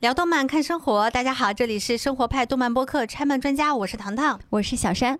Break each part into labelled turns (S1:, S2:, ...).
S1: 聊动漫看生活，大家好，这里是生活派动漫播客拆漫专家，我是糖糖。
S2: 我是小山。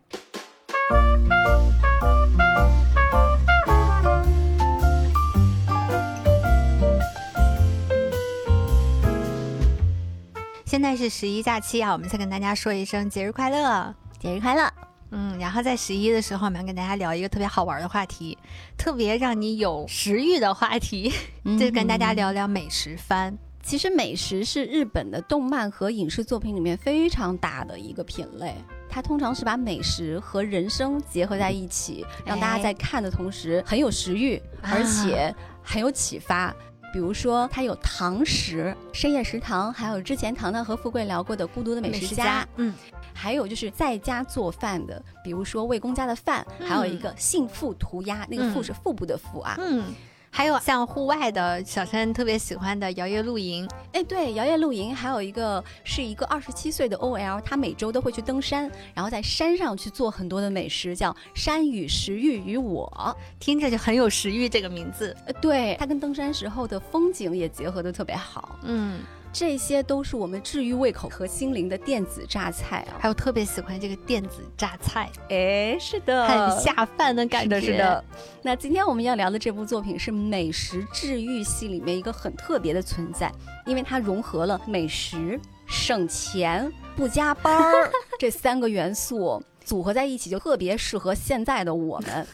S1: 现在是十一假期啊，我们先跟大家说一声节日快乐。
S2: 节日快乐！
S1: 嗯，然后在十一的时候，我们要跟大家聊一个特别好玩的话题，特别让你有食欲的话题，
S2: 嗯
S1: 就是跟大家聊聊美食番。
S2: 其实美食是日本的动漫和影视作品里面非常大的一个品类，它通常是把美食和人生结合在一起，让大家在看的同时很有食欲，
S1: 啊
S2: 而且很有启发。比如说，它有堂食、深夜食堂，还有之前糖糖和富贵聊过的《孤独的美食家》，
S1: 嗯，
S2: 还有就是在家做饭的，比如说魏公家的饭，还有一个幸福涂鸦，那个
S1: 嗯
S2: 富是腹部的腹啊。
S1: 嗯，还有像户外的小山特别喜欢的摇曳露营，
S2: 哎，对，摇曳露营还有一个是一个二十七岁的 OL，他每周都会去登山，然后在山上去做很多的美食，叫“山与食欲与我
S1: 听着就很有食欲这个名字。”。
S2: 呃，对，他跟登山时候的风景也结合的特别好，
S1: 嗯，
S2: 这些都是我们治愈胃口和心灵的电子榨菜啊。
S1: 还有特别喜欢这个电子榨菜，
S2: 哎，是的
S1: 很下饭的感
S2: 是
S1: 觉。
S2: 的，是的。那今天我们要聊的这部作品是美食治愈系里面一个很特别的存在，因为它融合了美食、省钱、不加班儿这三个元素组合在一起，就特别适合现在的我们。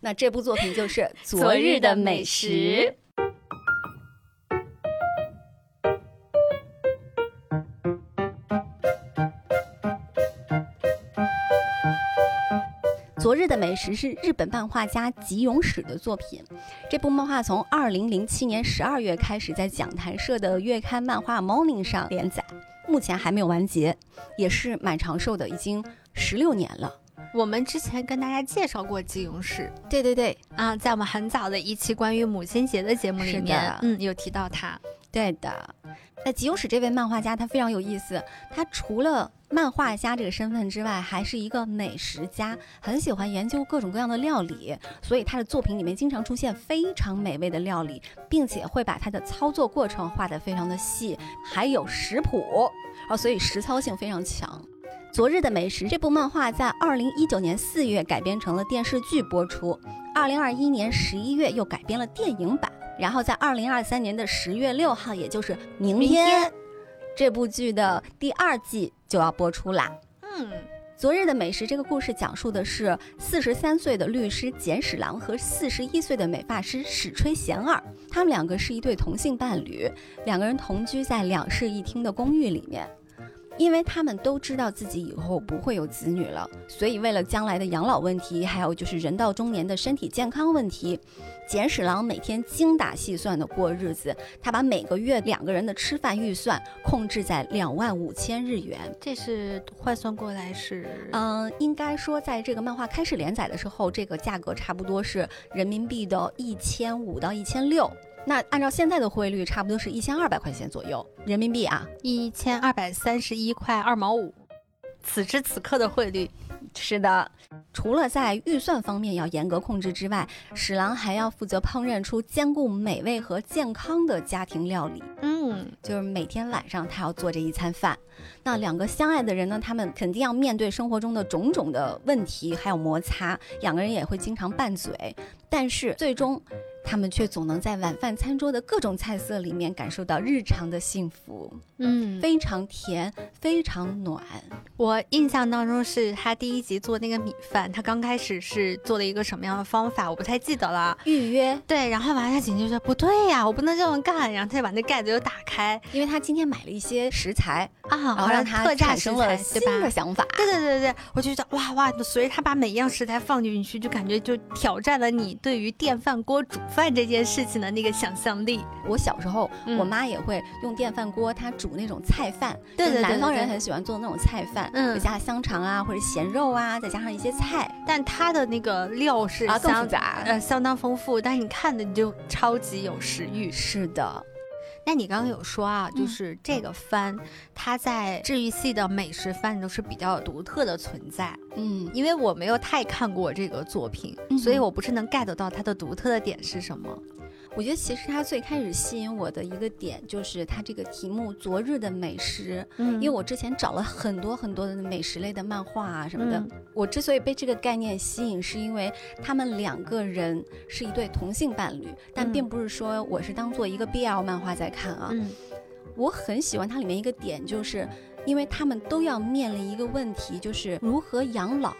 S2: 那这部作品就是《昨日的美食》。《昨日的美食》是日本漫画家吉永史的作品。这部漫画从二零零七年十二月开始在讲谈社的月刊漫画《Morning》上连载，目前还没有完结，也是蛮长寿的，已经十六年了。
S1: 我们之前跟大家介绍过基勇士
S2: 对对对，
S1: 啊，在我们很早的一期关于母亲节的节目里
S2: 是
S1: 面
S2: 的，
S1: 嗯，有提到他。
S2: 对的，那吉永史这位漫画家他非常有意思，他除了漫画家这个身份之外，还是一个美食家，很喜欢研究各种各样的料理，所以他的作品里面经常出现非常美味的料理，并且会把他的操作过程画得非常的细，还有食谱啊，所以实操性非常强。《昨日的美食》这部漫画在二零一九年四月改编成了电视剧播出，二零二一年十一月又改编了电影版，然后在二零二三年的十月六号，也就是明
S1: 明天
S2: 这部剧的第二季就要播出啦。
S1: 嗯
S2: 昨日的美食这个故事讲述的是四十三岁的律师简史郎和四十一岁的美发师史吹贤二，他们两个是一对同性伴侣，两个人同居在两室一厅的公寓里面。因为他们都知道自己以后不会有子女了，所以为了将来的养老问题，还有就是人到中年的身体健康问题，简史郎每天精打细算的过日子。他把每个月两个人的吃饭预算控制在两万五千日元，
S1: 这是换算过来是，
S2: 嗯，应该说，在这个漫画开始连载的时候，这个价格差不多是人民币的一千五到一千六。那按照现在的汇率，差不多是一千二百块钱左右人民币啊。
S1: 一千二百三十一块二毛五，此时此刻的汇率。
S2: 是的，除了在预算方面要严格控制之外，史郎还要负责烹饪出兼顾美味和健康的家庭料理。
S1: 嗯，
S2: 就是每天晚上他要做这一餐饭。那两个相爱的人呢，他们肯定要面对生活中的种种的问题，还有摩擦，两个人也会经常拌嘴，但是最终。他们却总能在晚饭餐桌的各种菜色里面感受到日常的幸福，
S1: 嗯，
S2: 非常甜，非常暖。
S1: 我印象当中是他第一集做那个米饭，他刚开始是做了一个什么样的方法，我不太记得了。
S2: 预约，
S1: 对，然后完了，姐姐说不对呀，我不能这么干，然后他就把那盖子又打开
S2: 因为他今天买了一些食材，
S1: 啊，
S2: 然后
S1: 完了
S2: 让他
S1: 特价
S2: 产
S1: 食
S2: 生了
S1: 材，
S2: 新
S1: 对吧
S2: 的？想法。
S1: 对对对对，我就觉得哇哇，随着他把每一样食材放进去，就感觉就挑战了你对于电饭锅煮饭这件事情的那个想象力。
S2: 我小时候，
S1: 嗯
S2: 我妈也会用电饭锅，她煮那种菜饭。
S1: 对
S2: 就是
S1: 对对
S2: 南方
S1: 对
S2: 人
S1: 对
S2: 很喜欢做那种菜饭，
S1: 嗯
S2: 就加了香肠啊，或者咸肉啊，再加上一些菜
S1: 但它的那个料是
S2: 啊，更复
S1: 相、
S2: 杂。
S1: 呃相当丰富，但你看的你就超级有食欲。
S2: 是的，
S1: 那你刚刚有说啊，就
S2: 嗯
S1: 是这个番，它在治愈系的美食番都是比较独特的存在，
S2: 嗯，
S1: 因为我没有太看过这个作品，
S2: 嗯
S1: 所以我不是能 get 到它的独特的点是什么。
S2: 我觉得其实他最开始吸引我的一个点，就是他这个题目《昨日的美食》，
S1: 嗯
S2: 因为我之前找了很多很多的美食类的漫画啊什么的
S1: 嗯。
S2: 我之所以被这个概念吸引，是因为他们两个人是一对同性伴侣，但
S1: 嗯
S2: 并不是说我是当做一个 BL 漫画在看啊。
S1: 嗯
S2: 我很喜欢它里面一个点，就是因为他们都要面临一个问题，就是如何养老。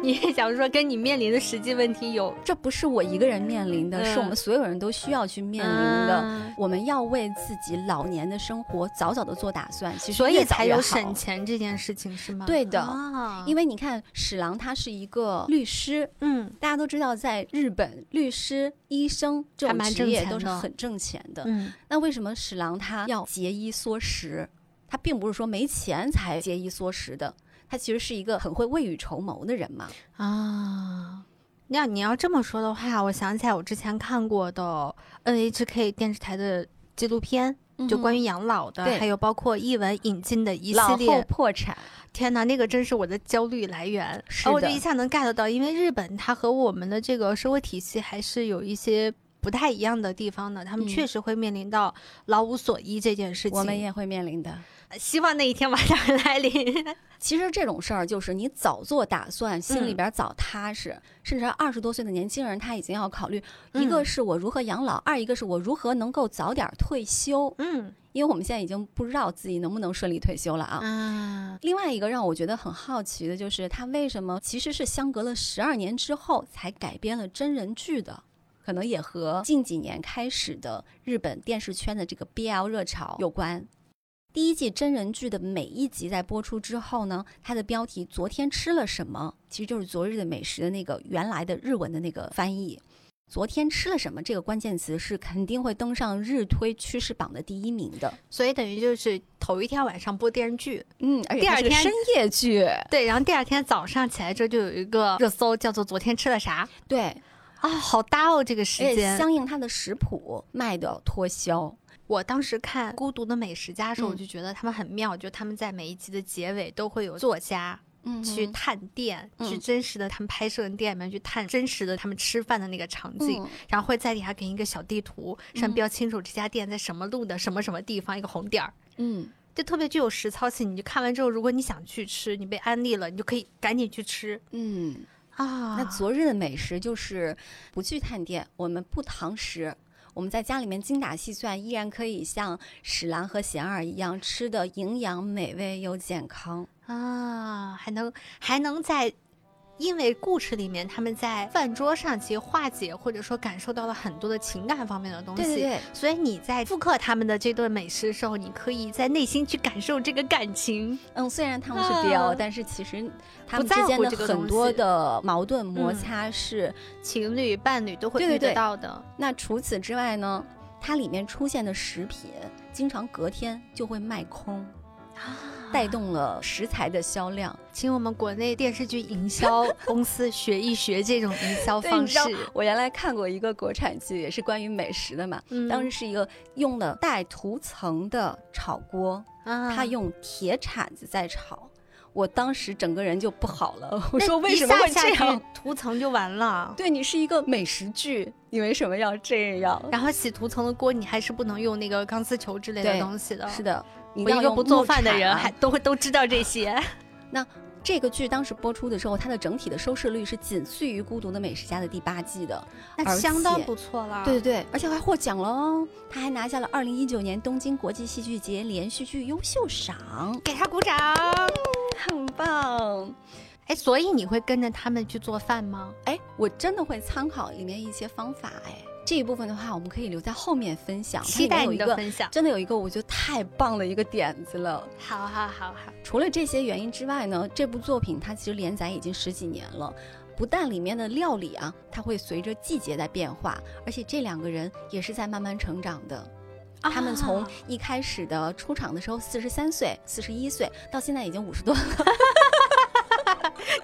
S1: 你也想说跟你面临的实际问题有
S2: 这不是我一个人面临的，
S1: 嗯
S2: 是我们所有人都需要去面临的。
S1: 嗯
S2: 我们要为自己老年的生活早早的做打算，其实
S1: 所
S2: 越
S1: 以
S2: 早
S1: 才
S2: 越
S1: 有
S2: 好
S1: 省钱这件事情是吗？
S2: 对的
S1: 啊、
S2: 因
S1: 为
S2: 为你看，史郎他是一个律师，
S1: 嗯
S2: 大家都知道，在日本，律师、医生这
S1: 还
S2: 种
S1: 蛮
S2: 职
S1: 挣
S2: 业
S1: 钱
S2: 都是
S1: 的
S2: 很挣钱的。
S1: 嗯
S2: 那为什么史郎他要节衣缩食？他并不是说没钱才节衣缩食的，他其实是一个很会未雨绸缪的人嘛。
S1: 啊。那你要这么说的话，我想起来我之前看过的 NHK 电视台的纪录片，就关于养老的，
S2: 嗯对
S1: 还有包括译文引进的一系
S2: 老后
S1: 列。
S2: 破产，
S1: 天哪，那个真是我的焦虑来源。
S2: 是
S1: 哦然后我就
S2: 的
S1: 一下能 get 到，因为日本它和我们的这个社会体系还是有一些不太一样的地方的，他们
S2: 嗯
S1: 确实会面临到老无所依这件事情。
S2: 我们也会面临的。
S1: 希望那一天晚上来临。
S2: 其实这种事儿就是你早做打算，心里
S1: 嗯
S2: 边儿早踏实，甚至二十多岁的年轻人他已经要考虑，一个
S1: 嗯
S2: 是我如何养老，二一个是我如何能够早点儿退休，
S1: 嗯
S2: 因为我们现在已经不知道自己能不能顺利退休了啊。
S1: 啊，
S2: 另外一个让我觉得很好奇的就是，他为什么其实是相隔了十二年之后才改编了真人剧的？可能也和近几年开始的日本电视圈的这个 BL 热潮有关。第一季真人剧的每一集在播出之后呢，它的标题“昨天吃了什么”其实就是“昨日的美食”的那个原来的日文的那个翻译。昨天吃了什么这个关键词是肯定会登上日推趋势榜的第一名的。
S1: 所以等于就是头一天晚上播电视剧，
S2: 嗯，而且
S1: 第
S2: 它
S1: 二
S2: 是个
S1: 天
S2: 深夜剧，
S1: 对，然后第二天早上起来之后就有一个热搜叫做“昨天吃了啥
S2: 对，”
S1: 啊，好搭哦，这个时
S2: 而且
S1: 间。
S2: 相应它的食谱卖的脱销。
S1: 我当时看《孤独的美食家》的时候，
S2: 嗯
S1: 我就觉得他们很妙，就他们在每一集的结尾都会有作家
S2: 嗯
S1: 去探店，
S2: 嗯
S1: 去真实的他们拍摄的店里面去探真实的他们吃饭的那个场景。然后会在底下给你一个小地图，上
S2: 嗯
S1: 标清楚这家店在什么路的什么什么地方，一个红点儿，
S2: 嗯，
S1: 就特别具有实操性。你就看完之后，如果你想去吃，你被安利了，你就可以赶紧去吃
S2: 嗯，
S1: 啊。
S2: 那昨日的美食就是不去探店，我们不堂食，我们在家里面精打细算，依然可以像史兰和贤儿一样吃的营养、美味又健康。
S1: 啊，还能还能在。因为故事里面，他们在饭桌上其实化解或者说感受到了很多的情感方面的东西，
S2: 对对对，
S1: 所以你在复刻他们的这顿美食的时候，你可以在内心去感受这个感情。
S2: 嗯，虽然他们是 BL，、
S1: 啊
S2: 但是其实他
S1: 不
S2: 们
S1: 在
S2: 之间
S1: 乎
S2: 的
S1: 这个
S2: 很
S1: 东
S2: 多
S1: 西
S2: 的矛盾摩
S1: 嗯
S2: 擦是
S1: 情侣、伴侣都会
S2: 对
S1: 遇
S2: 对
S1: 得
S2: 对
S1: 到的。
S2: 那除此之外呢，它里面出现的食品经常隔天就会卖空，带动了食材的销量。
S1: 请我们国内电视剧营销公司学一学这种营销
S2: 对
S1: 方
S2: 你知
S1: 式
S2: 道。我原来看过一个国产剧，也是关于美食的嘛。
S1: 嗯
S2: 当时是一个用了带涂层的炒锅，
S1: 啊
S2: 它用铁铲子在炒。我当时整个人就不好 了，我
S1: 那
S2: 说为什么
S1: 一
S2: 会
S1: 下
S2: 这
S1: 下去
S2: 样？
S1: 涂层就完 了。
S2: 对你是一个美食剧，你为什么要这样？
S1: 然后洗涂层的锅，你还是不能用那个钢丝球之类的
S2: 对
S1: 东西的。
S2: 是的，
S1: 嗯
S2: 你
S1: 我一
S2: 要
S1: 个
S2: 用
S1: 不做
S2: 木
S1: 饭的
S2: 铲
S1: 人
S2: 啊
S1: 还都会都知道这些。
S2: 这个剧当时播出的时候，它的整体的收视率是仅次于《孤独的美食家》的第八季的。
S1: 那
S2: 而
S1: 相当
S2: 且
S1: 不错了。
S2: 对对对，而且还获奖了哦！他还拿下了二零一九年东京国际戏剧节连续剧优秀赏，
S1: 给他鼓掌。
S2: 很棒！
S1: 哎，所以你会跟着他们去做饭吗？
S2: 哎，我真的会参考里面一些方法哎。这一部分的话，我们可以留在后面分享。它
S1: 期
S2: 里面
S1: 待
S2: 有
S1: 你
S2: 一
S1: 的
S2: 个，
S1: 分享。
S2: 真的有一个我觉得太棒的一个点子了。
S1: 好好好好，
S2: 除了这些原因之外呢，这部作品它其实连载已经十几年了。不但里面的料理啊，它会随着季节在变化，而且这两个人也是在慢慢成长的。他们从
S1: 啊
S2: 一开始的出 场的时候四十三岁、四十一岁，到现在已经五十多了。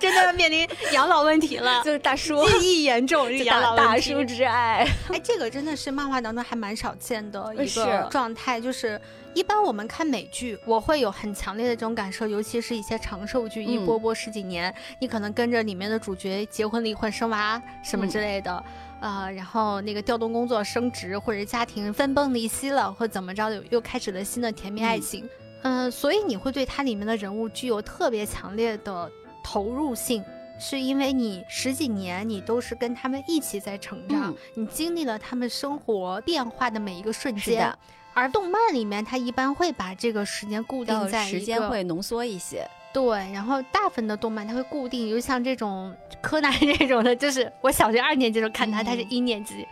S1: 真的要面临养老问题了，
S2: 就是大叔，
S1: 记忆严 重，这养老
S2: 大大
S1: 问
S2: 叔
S1: 题。
S2: 之爱。
S1: 哎，这个真的是漫画当中还蛮少见的一
S2: 哎是
S1: 个状态，就是一般我们看美剧，我会有很强烈的这种感受，尤其是一些长寿剧，一
S2: 嗯
S1: 波波十几年，你可能跟着里面的主角结婚、离婚、生娃什
S2: 嗯
S1: 么之类的。呃，然后那个调动工作、升职，或者家庭分崩离析了，或怎么着的，又开始了新的甜蜜爱
S2: 嗯
S1: 情。嗯、所以你会对它里面的人物具有特别强烈的投入性，是因为你十几年你都是跟他们一起在成长，
S2: 嗯
S1: 你经历了他们生活变化的每一个瞬
S2: 是
S1: 间
S2: 的。，
S1: 而动漫里面，它一般会把这个时间固定
S2: 要
S1: 在
S2: 时
S1: 一
S2: 间
S1: 个
S2: 会浓缩一些。
S1: 对，然后大部分的动漫它会固定，就像这种柯南这种的，就是我小学二年级的时候看它，它是
S2: 嗯
S1: 一年级，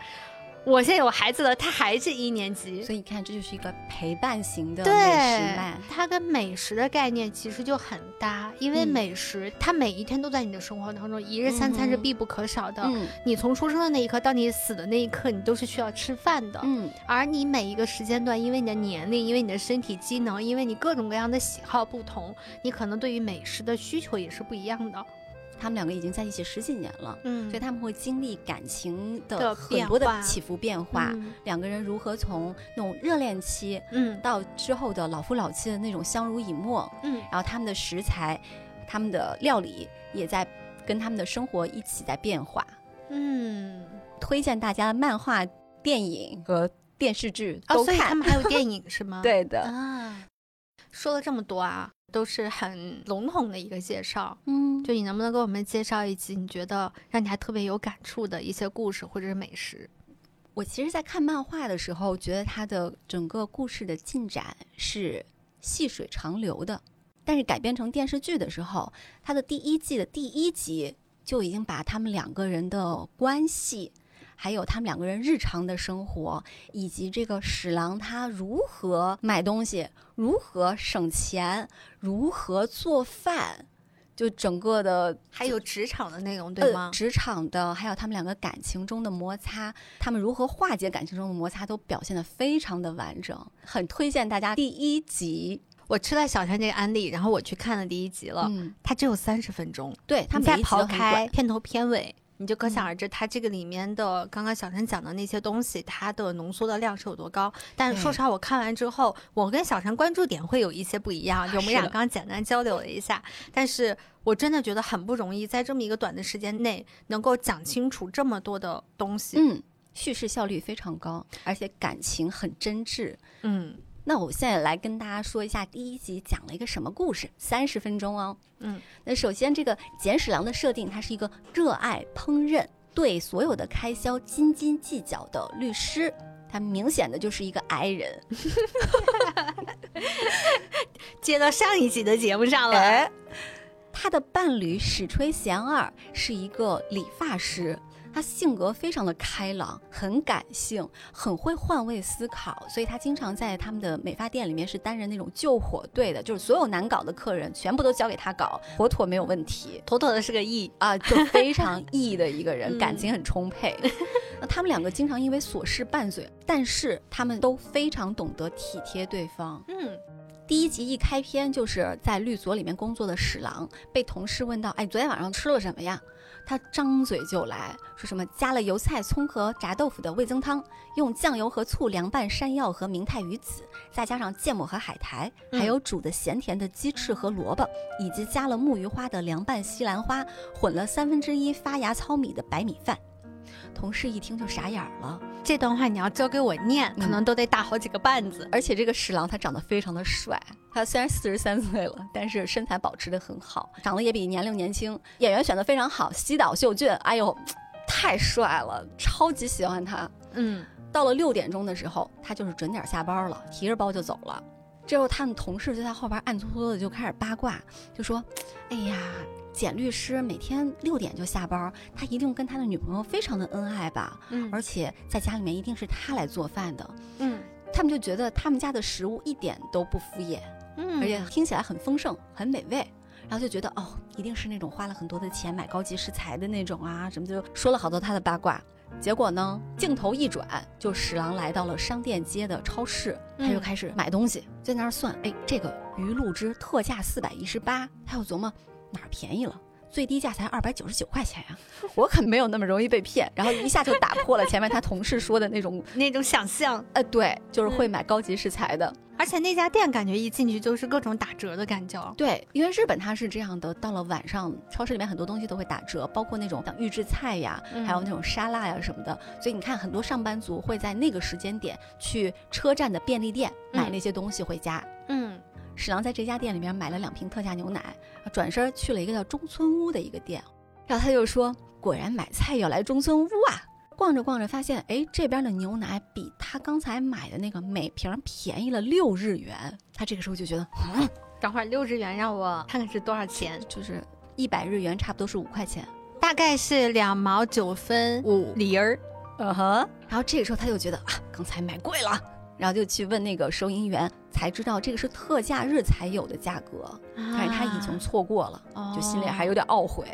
S1: 我现在有孩子了，它还是一年级。
S2: 所以你看，这就是一个陪伴型的美食
S1: 嗯对
S2: 麦。，
S1: 它跟美食的概念其实就很搭，因为
S2: 嗯
S1: 美食、它每一天都在你的生活当中，一日三餐是
S2: 嗯哼
S1: 必不可少的。
S2: 嗯
S1: 你从出生的那一刻到你死的那一刻，你都是需要吃饭的。
S2: 嗯，
S1: 而你每一个时间段，因为你的年龄，因为你的身体机能，因为你各种各样的喜好不同，你可能对于美食的需求也是不一样的。
S2: 他们两个已经在一起十几年了，
S1: 嗯
S2: 所以他们会经历感情的
S1: 的
S2: 很
S1: 变
S2: 多的
S1: 化
S2: 起伏变化。
S1: 嗯
S2: 两个人如何从那种热恋期
S1: 嗯
S2: 到之后的老夫老妻的那种相濡以沫，
S1: 嗯，
S2: 然后他们的食材、他们的料理也在跟他们的生活一起在变化。
S1: 嗯，
S2: 推荐大家漫画、电影和电视剧
S1: 哦，
S2: 都
S1: 所以
S2: 看。
S1: 他们还 有电影是吗？
S2: 对的，
S1: 啊，说了这么多啊，都是很笼统的一个介绍。
S2: 嗯，
S1: 就你能不能给我们介绍一集你觉得让你还特别有感触的一些故事或者是美食？
S2: 我其实，在看漫画的时候，觉得它的整个故事的进展是细水长流的。但是改编成电视剧的时候，它的第一季的第一集就已经把他们两个人的关系，还有他们两个人日常的生活，以及这个史郎他如何买东西、如何省钱、如何做饭，就整个的
S1: 还有职场的内容对
S2: 呃
S1: 吗？
S2: 职场的，还有他们两个感情中的摩擦，他们如何化解感情中的摩擦，都表现得非常的完整，很推荐大家第一集。
S1: 我吃了小山这个案例，然后我去看了第一集了，
S2: 嗯，
S1: 它只有三十分钟。
S2: 对
S1: 他
S2: 他们
S1: 们再
S2: 每一集都
S1: 刨
S2: 很
S1: 开
S2: 短，
S1: 片头片尾，你就可想
S2: 嗯
S1: 而知，它这个里面的刚刚小陈讲的那些东西，它的浓缩的量是有多高。但说
S2: 对
S1: 实话，我看完之后，我跟小陈关注点会有一些不一 样，就我们
S2: 是
S1: 俩
S2: 的
S1: 刚刚简单交流了一下，但是我真的觉得很不容易，在这么一个短的时间内能够讲清楚这么多的东西。
S2: 嗯，叙事效率非常高，而且感情很真挚。
S1: 嗯
S2: 那我现在来跟大家说一下第一集讲了一个什么故事，三十分钟哦。
S1: 嗯，
S2: 那首先这个简史郎的设定，他是一个热爱烹饪、对所有的开销斤斤计较的律师，他明显的就是一个癌人。
S1: 接到上一集的节目上了，
S2: 哎，他的伴侣史吹贤二是一个理发师，他性格非常的开朗，很感性，很会换位思考，所以他经常在他们的美发店里面是担任那种救火队的，就是所有难搞的客人全部都交给他搞，妥妥没有问题。
S1: 妥妥的是个 E。
S2: 啊，就非常 E 的一个
S1: 嗯
S2: 人，感情很充沛。那他们两个经常因为琐事拌嘴，但是他们都非常懂得体贴对方。
S1: 嗯
S2: 第一集一开篇就是在律所里面工作的史郎被同事问到：“哎，昨天晚上吃了什么呀？”他张嘴就来说什么加了油菜、葱和炸豆腐的味增汤，用酱油和醋凉拌山药和明太鱼子，再加上芥末和海苔，
S1: 嗯
S2: 还有煮的咸甜的鸡翅和萝卜，以及加了木鱼花的凉拌西兰花，混了三分之一发芽糙米的白米饭。同事一听就傻眼儿了，
S1: 这段话你要交给我念，可
S2: 嗯
S1: 能都得打好几个绊子。
S2: 而且这个史郎他长得非常的帅，他虽然四十三岁了，但是身材保持的很好，长得也比年龄年轻，演员选的非常好，西岛秀俊，哎呦，太帅了，超级喜欢他。
S1: 嗯
S2: 到了六点钟的时候，他就是准点下班了，提着包就走了。之后他们同事就在后边暗搓搓的就开始八卦，就说：“哎呀，简律师每天六点就下班，他一定跟他的女朋友非常的恩爱吧？
S1: 嗯
S2: 而且在家里面一定是他来做饭的。”
S1: 嗯
S2: 他们就觉得他们家的食物一点都不敷衍，
S1: 嗯，
S2: 而且听起来很丰盛、很美味。然后就觉得哦，一定是那种花了很多的钱买高级食材的那种啊，什么就说了好多他的八卦。结果呢，镜头一转，就史郎来到了商店街的超市，他就
S1: 嗯
S2: 开始买东西，在那儿算，哎，这个鱼露汁特价四百一十八，他又琢磨哪儿便宜了，最低价才二百九十九块钱呀、 我可没有那么容易被骗。然后一下就打破了前面他同事说的那种，
S1: 那种想象，
S2: 呃，对，就是会买高级食材的。
S1: 而且那家店感觉一进去就是各种打折的感觉。哦
S2: 对，因为日本它是这样的，到了晚上，超市里面很多东西都会打折，包括那种像预制菜呀，
S1: 嗯
S2: 还有那种沙拉呀什么的。所以你看，很多上班族会在那个时间点去车站的便利店买
S1: 嗯
S2: 那些东西回家。
S1: 嗯
S2: 史郎在这家店里面买了两瓶特价牛奶，转身去了一个叫中村屋的一个店，然后他就说：“果然买菜要来中村屋啊！”逛着逛着发现，哎，这边的牛奶比他刚才买的那个每瓶便宜了六日元。他这个时候就觉得，嗯，
S1: 等会儿六日元让我看看是多少钱，
S2: 就是一百日元差不多是五块钱。
S1: 大概是两毛九分
S2: 五，
S1: 里儿。呃
S2: 嗯哼。然后这个时候他就觉得啊，刚才买贵了，然后就去问那个收银员，才知道这个是特价日才有的价格，但是他已经错过了。
S1: 啊
S2: 就心里还有点懊悔。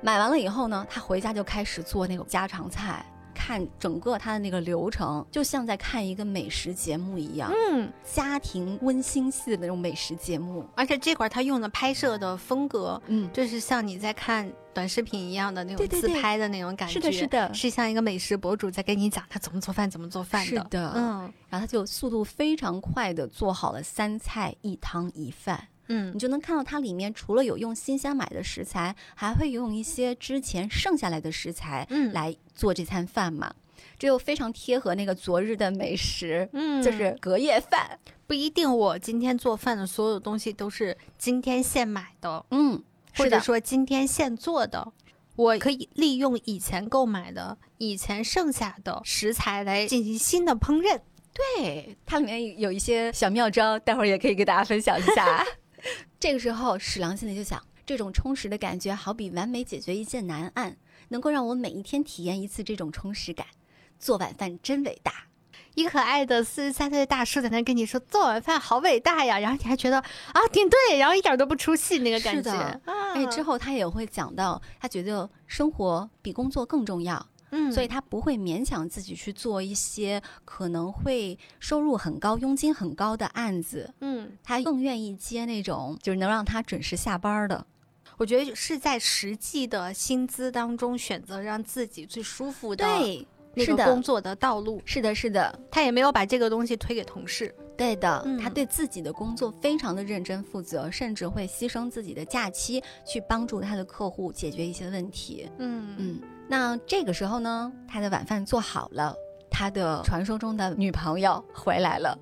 S2: 买完了以后呢，他回家就开始做那个家常菜，看整个他的那个流程，就像在看一个美食节目一样，
S1: 嗯，
S2: 家庭温馨系的那种美食节目。
S1: 而且这会儿他用的拍摄的风格，
S2: 嗯，
S1: 就是像你在看短视频一样的那种
S2: 对对
S1: 自
S2: 对
S1: 拍的那种感觉，
S2: 是的，是的，
S1: 是像一个美食博主在跟你讲他怎么做饭，怎么做饭的。
S2: 是的
S1: 嗯
S2: 然后他就速度非常快的做好了三菜一汤一饭，你
S1: 嗯
S2: 就能看到它里面除了有用新鲜买的食材，还会用一些之前剩下来的食材
S1: 嗯，，
S2: 来做这餐饭嘛，这又非常贴合那个昨日的美食。
S1: 嗯，
S2: 就是隔夜饭。
S1: 不一定我今天做饭的所有东西都是今天现买的，
S2: 嗯，
S1: 或
S2: 是
S1: 者
S2: 的，
S1: 说今天现做的。我可以利用以前购买的、以前剩下的食材来进行新的烹饪。
S2: 对，它里面有一些小妙招，待会儿也可以给大家分享一 下。这个时候，史郎心里就想，这种充实的感觉好比完美解决一件难案，能够让我每一天体验一次这种充实感。做晚饭真伟大。
S1: 一可爱的四十三岁的大叔在那跟你说做晚饭好伟大呀，然后你还觉得啊挺对，然后一点都不出戏那个感
S2: 是
S1: 觉。
S2: 的
S1: 啊，
S2: 哎，之后他也会讲到，他觉得生活比工作更重要，
S1: 嗯，
S2: 所以他不会勉强自己去做一些可能会收入很高、佣金很高的案子。
S1: 嗯，
S2: 他更愿意接那种就是能让他准时下班的。
S1: 我觉得是在实际的薪资当中选择让自己最舒服的
S2: 对，
S1: 那
S2: 是
S1: 个
S2: 的
S1: 工作的道路。
S2: 是的，是的，
S1: 他也没有把这个东西推给同事。
S2: 对的。
S1: 嗯
S2: 他对自己的工作非常的认真负责，甚至会牺牲自己的假期去帮助他的客户解决一些问题。
S1: 嗯
S2: 嗯，那这个时候呢，他的晚饭做好了，他的传说中的女朋友回来了，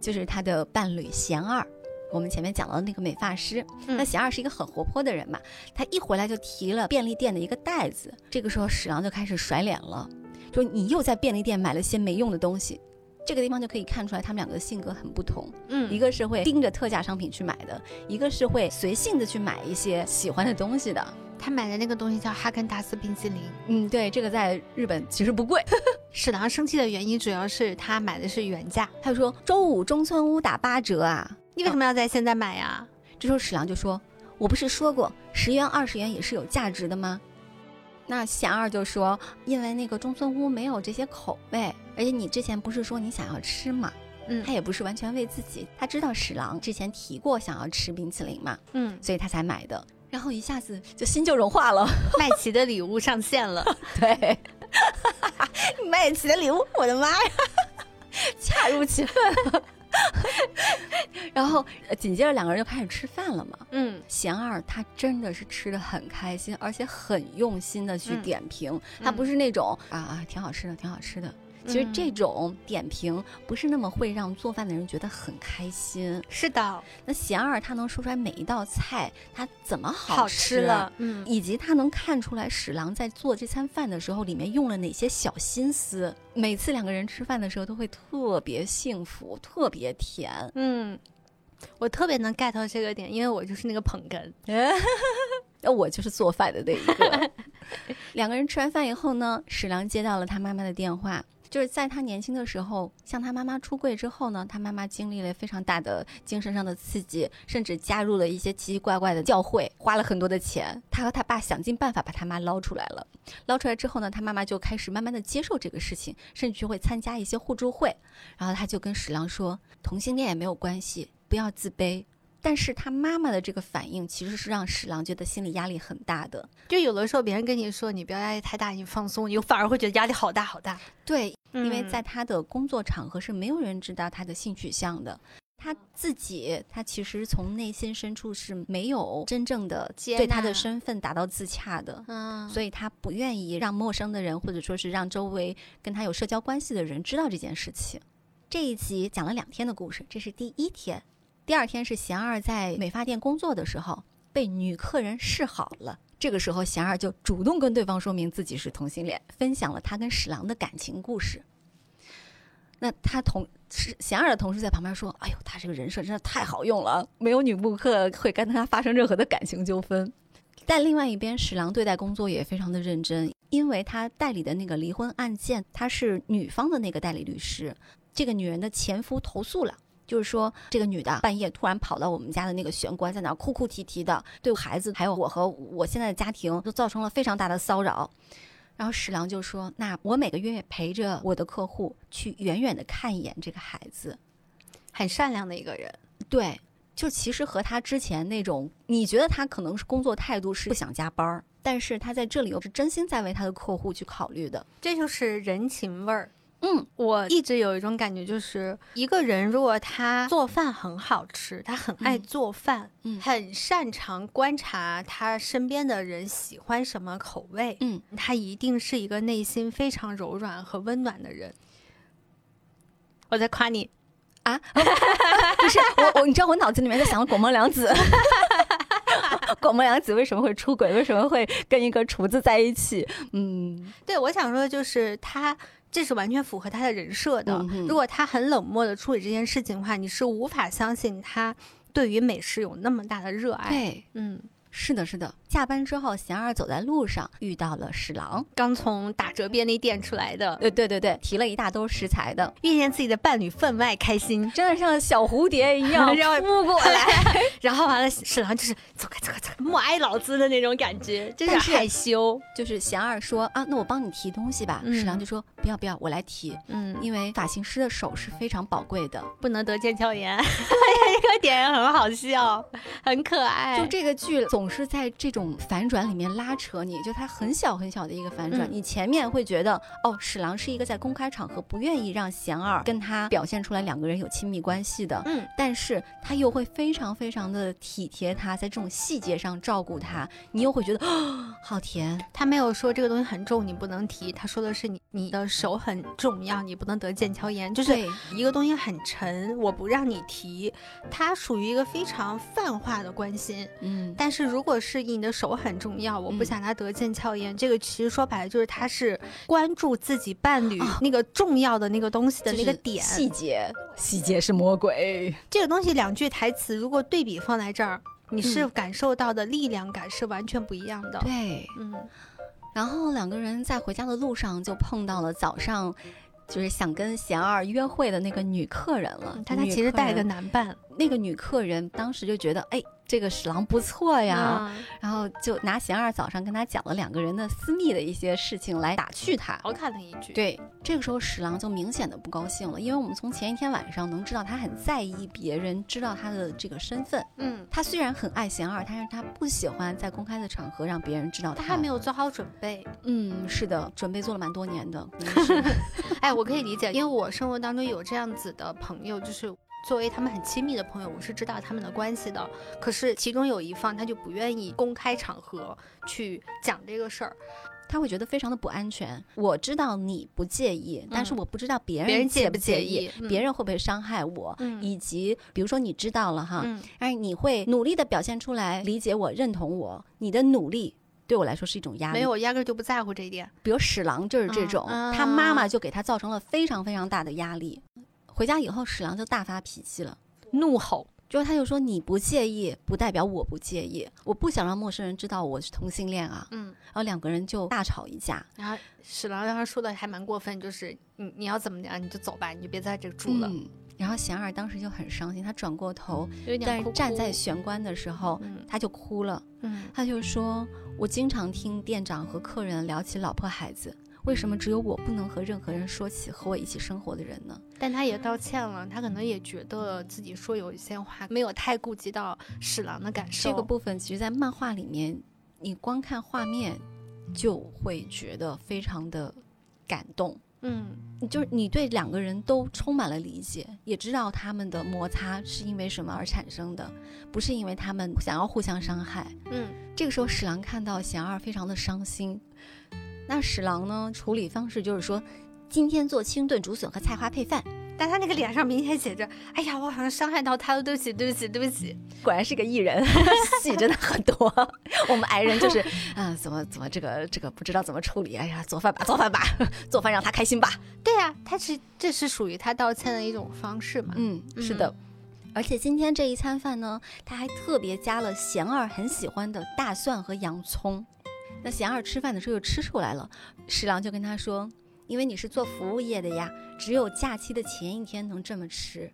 S2: 就是他的伴侣贤二。我们前面讲到的那个美发师，
S1: 嗯
S2: 那贤二是一个很活泼的人嘛，他一回来就提了便利店的一个袋子，这个时候史郎就开始甩脸了，说你又在便利店买了些没用的东西。这个地方就可以看出来他们两个的性格很不同，
S1: 嗯，
S2: 一个是会盯着特价商品去买的，一个是会随性的去买一些喜欢的东西的。
S1: 他买的那个东西叫哈根达斯冰淇淋。
S2: 嗯，对，这个在日本其实不贵。
S1: 史郎生气的原因主要是他买的是原价，
S2: 他说周五中村屋打八折啊，
S1: 你为什么要在现在买呀？
S2: 这时候史郎就说：“我不是说过十元二十元也是有价值的吗？”那贤二就说：“因为那个中村屋没有这些口味，而且你之前不是说你想要吃吗？
S1: 嗯
S2: 他也不是完全为自己，他知道史郎之前提过想要吃冰淇淋嘛，
S1: 嗯，
S2: 所以他才买的。然后一下子就心就融化了。
S1: 麦琪的礼物上线了。
S2: 对， 麦琪的礼物，我的妈呀，恰如其分 了。然后呃紧接着两个人就开始吃饭了嘛。
S1: 嗯
S2: 贤二他真的是吃的很开心，而且很用心的去
S1: 嗯
S2: 点评，他不
S1: 嗯
S2: 是那种啊啊挺好吃的，挺好吃的。其实这
S1: 嗯
S2: 种点评不是那么会让做饭的人觉得很开心。
S1: 是的，
S2: 那贤二他能说出来每一道菜他怎么
S1: 好
S2: 吃
S1: 吃
S2: 啊，
S1: 了。嗯，
S2: 以及他能看出来史郎在做这餐饭的时候里面用了哪些小心思。每次两个人吃饭的时候都会特别幸福，特别甜。
S1: 嗯，我特别能 get 到这个点，因为我就是那个捧哏。
S2: 那我就是做饭的那一个。 两个人吃完饭以后呢，史郎接到了他妈妈的电话。就是在他年轻的时候，向他妈妈出柜之后呢，他妈妈经历了非常大的精神上的刺激，甚至加入了一些奇奇怪怪的教会，花了很多的钱。他和他爸想尽办法把他妈捞出来了。捞出来之后呢，他妈妈就开始慢慢的接受这个事情，甚至会参加一些互助会。然后他就跟史郎说，同性恋也没有关系，不要自卑，但是他妈妈的这个反应其实是让史郎觉得心理压力很大的。
S1: 就有的时候别人跟你说你不要压力太大，你放松，你反而会觉得压力好大好大。
S2: 对，因为
S1: 嗯
S2: 在他的工作场合是没有人知道他的性取向的。他自己，他其实从内心深处是没有真正的
S1: 接
S2: 对他
S1: 纳
S2: 的身份达到自洽的，
S1: 嗯，
S2: 所以他不愿意让陌生的人，或者说是让周围跟他有社交关系的人知道这件事情。这一集讲了两天的故事，这是第一天，第二天是贤二在美发店工作的时候被女客人示好了。这个时候，贤二就主动跟对方说明自己是同性恋，分享了他跟史郎的感情故事。那他同是贤二的同事在旁边说：“哎呦，他这个人设真的太好用了，没有女顾客会跟他发生任何的感情纠纷。”但另外一边，史郎对待工作也非常的认真，因为他代理的那个离婚案件，他是女方的那个代理律师，这个女人的前夫投诉了。就是说，这个女的半夜突然跑到我们家的那个玄关，在那儿哭哭啼啼的，对孩子还有我和我现在的家庭都造成了非常大的骚扰。然后史郎就说：“那我每个月陪着我的客户去远远的看一眼这个孩子，
S1: 很善良的一个人。
S2: 对，就其实和他之前那种，你觉得他可能是工作态度是不想加班儿，但是他在这里又是真心在为他的客户去考虑的。
S1: 这就是人情味儿。
S2: 嗯，
S1: 我一直有一种感觉，就是一个人如果他做饭很好吃，他很爱
S2: 嗯
S1: 做饭，
S2: 嗯
S1: 很擅长观察他身边的人喜欢什么口味，
S2: 嗯，
S1: 他一定是一个内心非常柔软和温暖的人。我在夸你，
S2: 不是我我，你知道我脑子里面在想广末凉子。 广末凉子为什么会出轨？为什么会跟一个厨子在一起？嗯，
S1: 对我想说的就是他。这是完全符合他的人设的。
S2: 嗯哼
S1: 如果他很冷漠的处理这件事情的话，你是无法相信他对于美食有那么大的热爱。
S2: 对，
S1: 嗯，
S2: 是的，是的。下班之后，贤二走在路上遇到了侍郎，
S1: 刚从打折便利店出来的，
S2: 呃，对对对，提了一大兜食材的，
S1: 遇见自己的伴侣分外开心。
S2: 真的像小蝴蝶一样
S1: 让
S2: 扑过 来。
S1: 然后完了，沈郎就是走开走开走开，默哀老子的那种感觉，真
S2: 但
S1: 是
S2: 是
S1: 害羞。
S2: 就是贤二说啊，那我帮你提东西吧。
S1: 嗯
S2: 史郎就说不要不要，我来提，
S1: 嗯，
S2: 因为发型师的手是非常宝贵的。
S1: 不能得腱鞘 炎，这个点很好笑，很可爱。
S2: 就这个剧总是在这种反转里面拉扯你，就它很小很小的一个反转，
S1: 嗯
S2: 你前面会觉得哦，史郎是一个在公开场合不愿意让贤二跟他表现出来两个人有亲密关系的，
S1: 嗯，
S2: 但是他又会非常非常的体贴他，在这种细节上照顾他，你又会觉得啊好甜，
S1: 他没有说这个东西很重，你不能提。他说的是你你的手很重要，你不能得腱鞘炎。就是
S2: 对
S1: 一个东西很沉，我不让你提，它属于一个非常泛化的关心。
S2: 嗯，
S1: 但是如果是你的手很重要，我不
S2: 嗯
S1: 想他得腱鞘炎，这个其实说白了就是他是关注自己伴侣
S2: 啊
S1: 那个重要的那个东西的
S2: 就
S1: 那个
S2: 是
S1: 点。
S2: 细节，细节是魔鬼。
S1: 这个东西两句台词如果对比放在这儿，你是感受到的力量感是完全不一样的。
S2: 对，
S1: 嗯，
S2: 然后两个人在回家的路上就碰到了早上就是想跟贤二约会的那个女客人了。
S1: 但他
S2: 女
S1: 其实
S2: 客
S1: 带个
S2: 人
S1: 男伴
S2: 那个女客人，当时就觉得哎，这个史郎不错呀，
S1: 嗯
S2: 然后就拿贤二早上跟他讲了两个人的私密的一些事情来打趣他。
S1: 调侃了一句。，
S2: 对，这个时候史郎就明显的不高兴了，因为我们从前一天晚上能知道他很在意别人知道他的这个身份。
S1: 嗯，
S2: 他虽然很爱贤二，但是他不喜欢在公开的场合让别人知道
S1: 他
S2: 他。
S1: 还没有做好准备。
S2: 嗯，是的，准备做了蛮多年的，可 能是
S1: 哎，我可以理解，因为我生活当中有这样子的朋友，就是作为他们很亲密的朋友，我是知道他们的关系的。可是其中有一方他就不愿意公开场合去讲这个事儿，
S2: 他会觉得非常的不安全。我知道你不介意，但是我不知道别人
S1: 嗯介
S2: 不
S1: 不介
S2: 意，？别
S1: 人
S2: 人会不会伤害我，
S1: 嗯
S2: 以及比如说你知道了哈，
S1: 嗯，
S2: 哎，你会努力的表现出来，理解我，认同我，你的努力。对我来说是一种压
S1: 没
S2: 力，
S1: 有，我压根儿就不在乎这一点。
S2: 比如史郎就是这
S1: 嗯
S2: 种，
S1: 嗯
S2: 他妈妈就给他造成了非常非常大的压力。回家以后，史郎就大发脾气了。
S1: 怒吼，
S2: 就是他就说你不介意，不代表我不介意，我不想让陌生人知道我是同性恋啊。
S1: 嗯，
S2: 然后两个人就大吵一架，
S1: 然后史郎当时说的还蛮过分，就是你你要怎么样你就走吧，你就别在这住了，
S2: 嗯然后贤二当时就很伤心，他转过头，
S1: 有点
S2: 但
S1: 哭
S2: 是
S1: 哭
S2: 站在玄关的时候，
S1: 嗯
S2: 他就哭了。
S1: 嗯
S2: 他就说：“我经常听店长和客人聊起老婆孩子，为什么只有我不能和任何人说起和我一起生活的人呢？
S1: 但他也道歉了，他可能也觉得自己说有一些话没有太顾及到史郎的感受。
S2: 这个部分其实，在漫画里面，你光看画面就会觉得非常的感动。
S1: 嗯，
S2: 你就是你对两个人都充满了理解，也知道他们的摩擦是因为什么而产生的，不是因为他们想要互相伤害。
S1: 嗯
S2: 这个时候，史郎看到贤二非常的伤心。那史郎呢，处理方式就是说，今天做清炖竹笋和菜花配饭，
S1: 但他那个脸上明显写着：“哎呀，我好像伤害到他了，对不起，对不起，对不起。
S2: 果然是个艺人， 戏真的很多。我们矮人 就是，啊、怎么怎么这个这个不知道怎么处理，哎呀，做饭吧，做饭吧， 做饭让他开心吧。”
S1: 对呀、他是这是属于他道歉的一种方式嘛？
S2: 嗯，是的。而且今天这一餐饭呢，他还特别加了贤二很喜欢的大蒜和洋葱。那贤二吃饭的时候又吃出来了，侍郎就跟他说：“因为你是做服务业的呀，只有假期的前一天能这 么吃，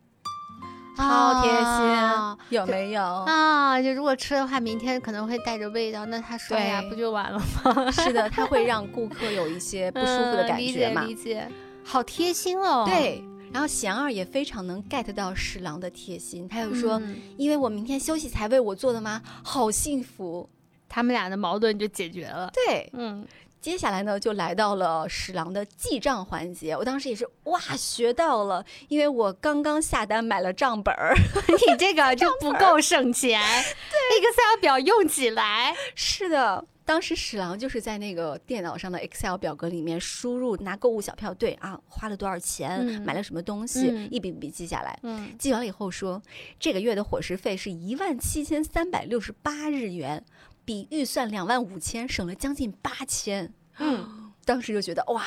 S2: 超贴
S1: 啊
S2: 心，有没有？”
S1: 啊，就如果吃的话，明天可能会带着味道，那他刷牙
S2: 对
S1: 不就完了吗？
S2: 是的，他会让顾客有一些不舒服的
S1: 嗯
S2: 感觉嘛。
S1: 理解理解，好贴心哦。
S2: 对，然后贤二也非常能 get 到侍郎的贴心，他就说：“
S1: 嗯
S2: 因为我明天休息才为我做的吗？好幸福。
S1: 他们俩的矛盾就解决了”。
S2: 对，
S1: 嗯，
S2: 接下来呢，就来到了史郎的记账环节。我当时也是哇，学到了，因为我刚刚下单买了账本儿。
S1: 你这个就不够省 钱，Excel 表用起来。
S2: 是的，当时史郎就是在那个电脑上的 Excel 表格里面输入拿购物小票对啊，花了多少钱，
S1: 嗯
S2: 买了什么东西，
S1: 嗯
S2: 一笔笔记下来。
S1: 嗯，
S2: 记完了以后说，这个月的伙食费是一万七千三百六十八日元，比预算两万五千省了将近八千。
S1: 嗯，
S2: 当时就觉得哇，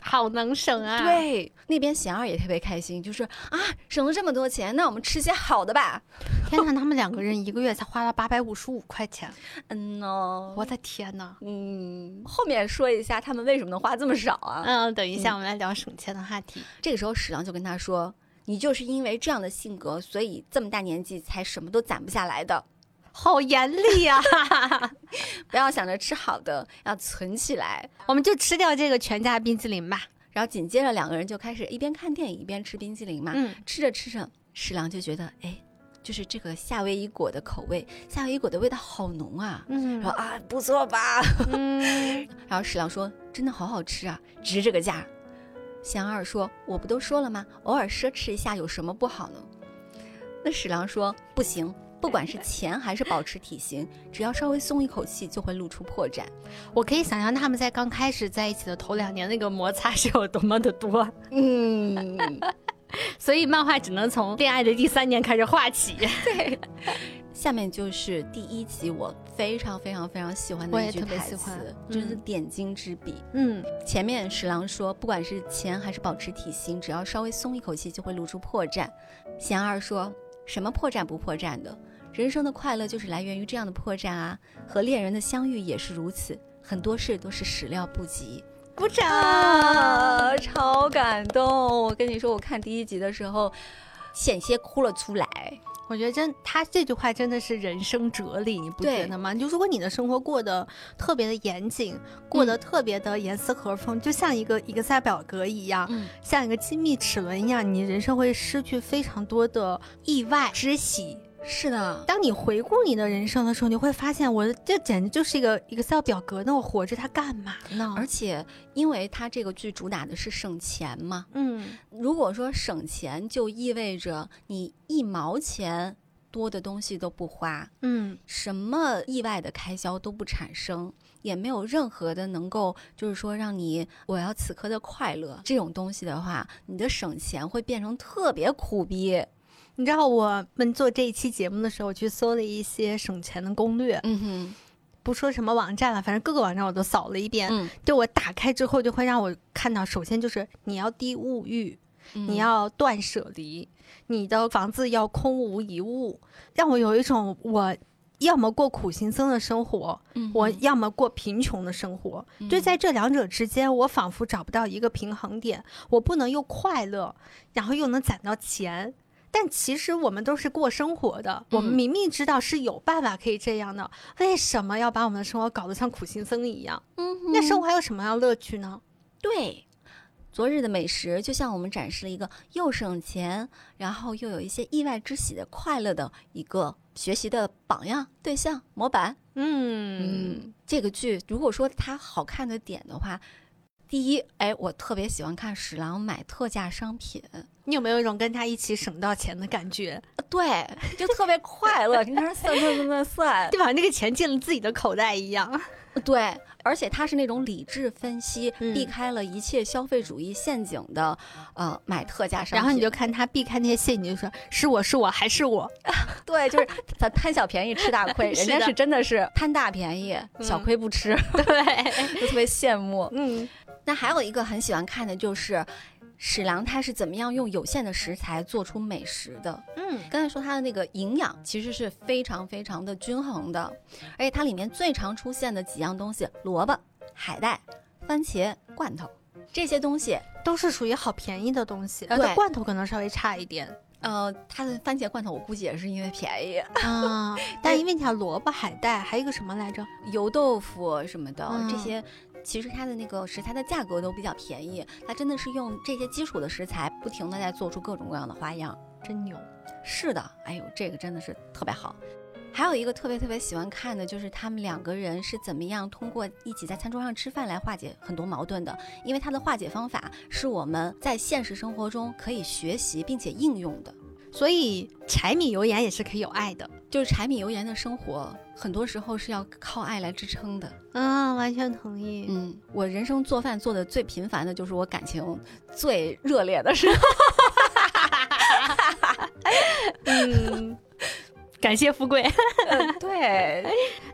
S1: 好能省啊。，
S2: 对，那边贤二也特别开心，就是啊，省了这么多钱，那我们吃些好的吧。
S1: 天哪，他们两个人一个月才花了八百五十五块钱，
S2: 嗯哦，
S1: 我的天哪！
S2: 嗯，后面说一下他们为什么能花这么少啊？
S1: 嗯，等一下，我们来聊省钱的话题。
S2: 这个时候史郎就跟他说：“你就是因为这样的性格，所以这么大年纪才什么都攒不下来的。
S1: 好严厉啊呀、
S2: 不要想着吃好的，要存起来。
S1: 我们就吃掉这个全家冰淇淋吧。”
S2: 然后紧接着两个人就开始一边看电影一边吃冰淇淋嘛。
S1: 嗯，
S2: 吃着吃着，史郎就觉得，哎，就是这个夏威夷果的口味，夏威夷果的味道好浓啊。
S1: 嗯
S2: 说啊，不错吧？
S1: 嗯，
S2: 然后史郎说：“真的好好吃啊，值这个价。”贤二说：“我不都说了吗？偶尔奢侈一下有什么不好呢？”那史郎说：“不行，不管是钱还是保持体型，只要稍微松一口气，就会露出破绽。
S1: 我可以想象他们在刚开始在一起的头两年那个摩擦是有多么的多，”
S2: 嗯，
S1: 所以漫画只能从恋爱的第三年开始画起。
S2: 下面就是第一集我非常非常非常喜欢
S1: 我
S2: 的
S1: 也
S2: 一句
S1: 特别
S2: 台
S1: 喜欢
S2: 词，真是
S1: 嗯
S2: 点睛之笔。
S1: 嗯，
S2: 前面史郎说，不管是钱还是保持体型，只要稍微松一口气就会露出破绽。贤二说，什么破绽不破绽的，人生的快乐就是来源于这样的破绽啊。和恋人的相遇也是如此，很多事都是始料不及。
S1: 鼓掌。
S2: 啊，超感动！我跟你说，我看第一集的时候，险些哭了出来。
S1: 我觉得真，他这句话真的是人生哲理，你不
S2: 对
S1: 觉得吗？就如果你的生活过得特别的严谨，过
S2: 嗯
S1: 得特别的严丝合缝，就像一个一个赛表格一样，
S2: 嗯，
S1: 像一个精密齿轮一样，你人生会失去非常多的意外之喜。
S2: 是的，
S1: 当你回顾你的人生的时候，你会发现，我这简直就是一个 Excel 表格，那我活着它干嘛呢？
S2: 而且因为他这个剧主打的是省钱嘛，
S1: 嗯，
S2: 如果说省钱，就意味着你一毛钱多的东西都不花，
S1: 嗯
S2: 什么意外的开销都不产生，也没有任何的能够就是说让你我要此刻的快乐这种东西的话，你的省钱会变成特别苦逼。
S1: 你知道我们做这一期节目的时候，我去搜了一些省钱的攻略，
S2: 嗯哼，
S1: 不说什么网站了，反正各个网站我都扫了一遍。
S2: 嗯，
S1: 对我打开之后，就会让我看到，首先就是你要低物欲，你
S2: 嗯
S1: 要断舍离，你的房子要空无一物，让我有一种我要么过苦行僧的生活，
S2: 嗯
S1: 我
S2: 哼嗯
S1: 要么过贫穷的生活。就在这两者之间，我仿佛找不到一个平衡点。我不能又快乐，然后又能攒到钱。但其实我们都是过生活的，我们
S2: 嗯
S1: 明明知道是有办法可以这样的，为什么要把我们的生活搞得像苦行僧一样？
S2: 嗯哼
S1: 那生活还有什么样乐趣呢？
S2: 对，昨日的美食就像我们展示了一个又省钱，然后又有一些意外之喜的快乐的一个学习的榜样、对象、模板。
S1: 嗯
S2: 嗯，这个剧如果说它好看的点的话，第一，哎，我特别喜欢看史郎买特价商品，
S1: 你有没有一种跟他一起省到钱的感觉？
S2: 对，就特别快乐，你那儿算算算算算，
S1: 对吧？那个钱进了自己的口袋一样。
S2: 对，而且他是那种理智分析，
S1: 嗯
S2: 避开了一切消费主义陷阱的，呃，买特价商 品。
S1: 然后你就看他避开那些戏，你就说是我是我还是我。
S2: 对，就是咱贪小便宜吃大 亏，人
S1: 是
S2: 家
S1: 的
S2: 是真的是贪大便宜，小
S1: 嗯
S2: 亏不吃，
S1: 对，
S2: 就特别羡慕。
S1: 嗯
S2: 那还有一个很喜欢看的就是。史郎他是怎么样用有限的食材做出美食的？
S1: 嗯
S2: 刚才说它的那个营养其实是非常非常的均衡的，而且它里面最常出现的几样东西：萝卜、海带、番茄、罐头这些东西。
S1: 都是属于好便宜的东西，呃，
S2: 对
S1: 罐头可能稍微差一 点
S2: 呃，它的番茄罐头我估计也是因为便宜，
S1: 啊，但因为你看萝卜、海带，还有一个什么来着？
S2: 油豆腐什么的、
S1: 嗯
S2: 这些，其实它的那个食材的价格都比较便宜。它真的是用这些基础的食材，不停的在做出各种各样的花样。
S1: 真牛！
S2: 是的，哎呦，这个真的是特别好。还有一个特别特别喜欢看的，就是他们两个人是怎么样通过一起在餐桌上吃饭来化解很多矛盾的，因为他的化解方法是我们在现实生活中可以学习并且应用的。
S1: 所以柴米油盐也是可以有爱的。
S2: 就是柴米油盐的生活，很多时候是要靠爱来支撑的。
S1: 嗯，完全同意。
S2: 嗯，我人生做饭做的最频繁的就是我感情最热烈 的时候。
S1: 嗯， 感谢富贵。
S2: 对，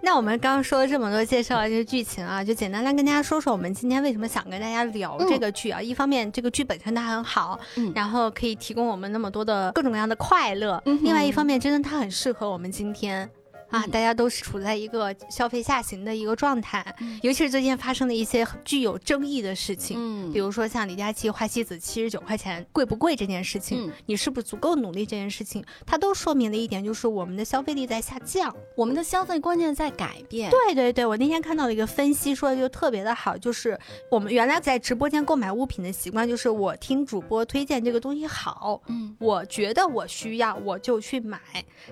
S1: 那我们刚刚说了这么多介绍啊，就是剧情啊，就简单来跟大家说说我们今天为什么想跟大家聊
S2: 嗯
S1: 这个剧啊。一方面，这个剧本身它很好，
S2: 嗯
S1: 然后可以提供我们那么多的各种各样的快乐。
S2: 嗯哼
S1: 另外一方面，真的它很适合我们今天。啊，
S2: 嗯
S1: 大家都是处在一个消费下行的一个状态，尤其是最近发生的一些具有争议的事情，
S2: 嗯
S1: 比如说像李佳琦花西子七十九块钱贵不贵这件事情，
S2: 嗯
S1: 你是不是足够努力这件事情，它都说明了一点，就是我们的消费力在下降。
S2: 我们的消费观念在改变。
S1: 对对对，我那天看到了一个分析，说的就特别的好，就是我们原来在直播间购买物品的习惯，就是我听主播推荐这个东西好。
S2: 嗯
S1: 我觉得我需要，我就去买。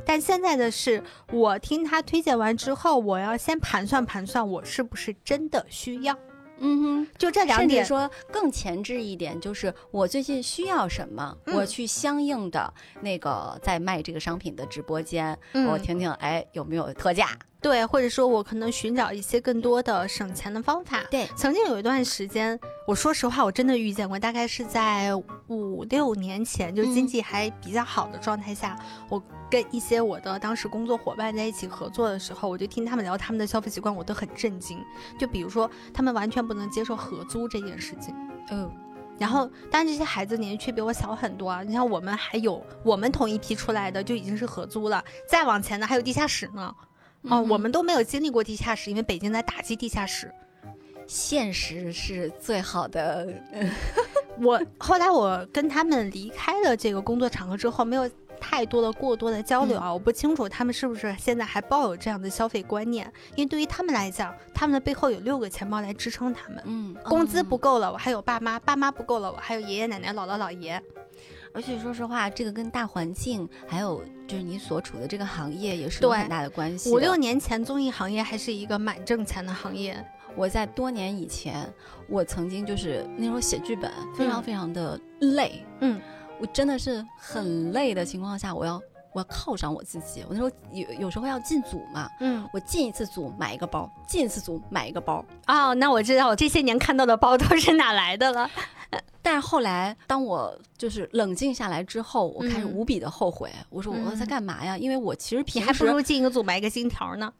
S1: 但现在的是，我听他推荐完之后，我要先盘算盘算，我是不是真的需要。
S2: 嗯哼。
S1: 就这两
S2: 甚至
S1: 点，
S2: 说更前置一点，就是我最近需要什么，
S1: 嗯
S2: 我去相应的那个在卖这个商品的直播间，我
S1: 嗯，
S2: 听听哎有没有特价。
S1: 对，或者说我可能寻找一些更多的省钱的方法。
S2: 对，
S1: 曾经有一段时间，我说实话，我真的遇见过，大概是在五六年前，就
S2: 嗯
S1: 经济还比较好的状态下，我跟一些我的当时工作伙伴在一起合作的时候，我就听他们聊他们的消费习惯，我都很震惊。就比如说，他们完全不能接受合租这件事情。
S2: 嗯，
S1: 然后，当然这些孩子年纪却比我小很多啊。你像我们还有我们同一批出来的就已经是合租了，再往前呢还有地下室呢。哦、
S2: 嗯哼
S1: 我们都没有经历过地下室，因为北京在打击地下室。
S2: 现实是最好的，
S1: 我后来我跟他们离开了这个工作场合之后，没有太多的过多的交流啊，我不清楚他们是不是现在还抱有这样的消费观念，因为对于他们来讲，他们的背后有六个钱包来支撑他们。
S2: 嗯，
S1: 工资不够了，我还有爸妈；爸妈不够了，我还有爷爷奶奶、姥姥姥爷。
S2: 而且说实话，这个跟大环境还有就是你所处的这个行业也是有
S1: 对
S2: 很大的关系的。
S1: 五六年前，综艺行业还是一个蛮挣钱的行业。
S2: 我在多年以前，我曾经就是那时候写剧本，非常非常的累，
S1: 嗯，
S2: 我真的是很累的情况下，我要我要犒赏我自己。我那时候有有时候要进组嘛，
S1: 嗯，
S2: 我进一次组买一个包，进一次组买一个包。
S1: 哦，那我知道我这些年看到的包都是哪来的 了。
S2: 但是后来，当我就是冷静下来之后，我开始
S1: 嗯
S2: 无比的后悔。我说我
S1: 嗯
S2: 在干嘛呀？因为我其实
S1: 你
S2: 平
S1: 还不
S2: 时
S1: 如进一个组买一个金条呢，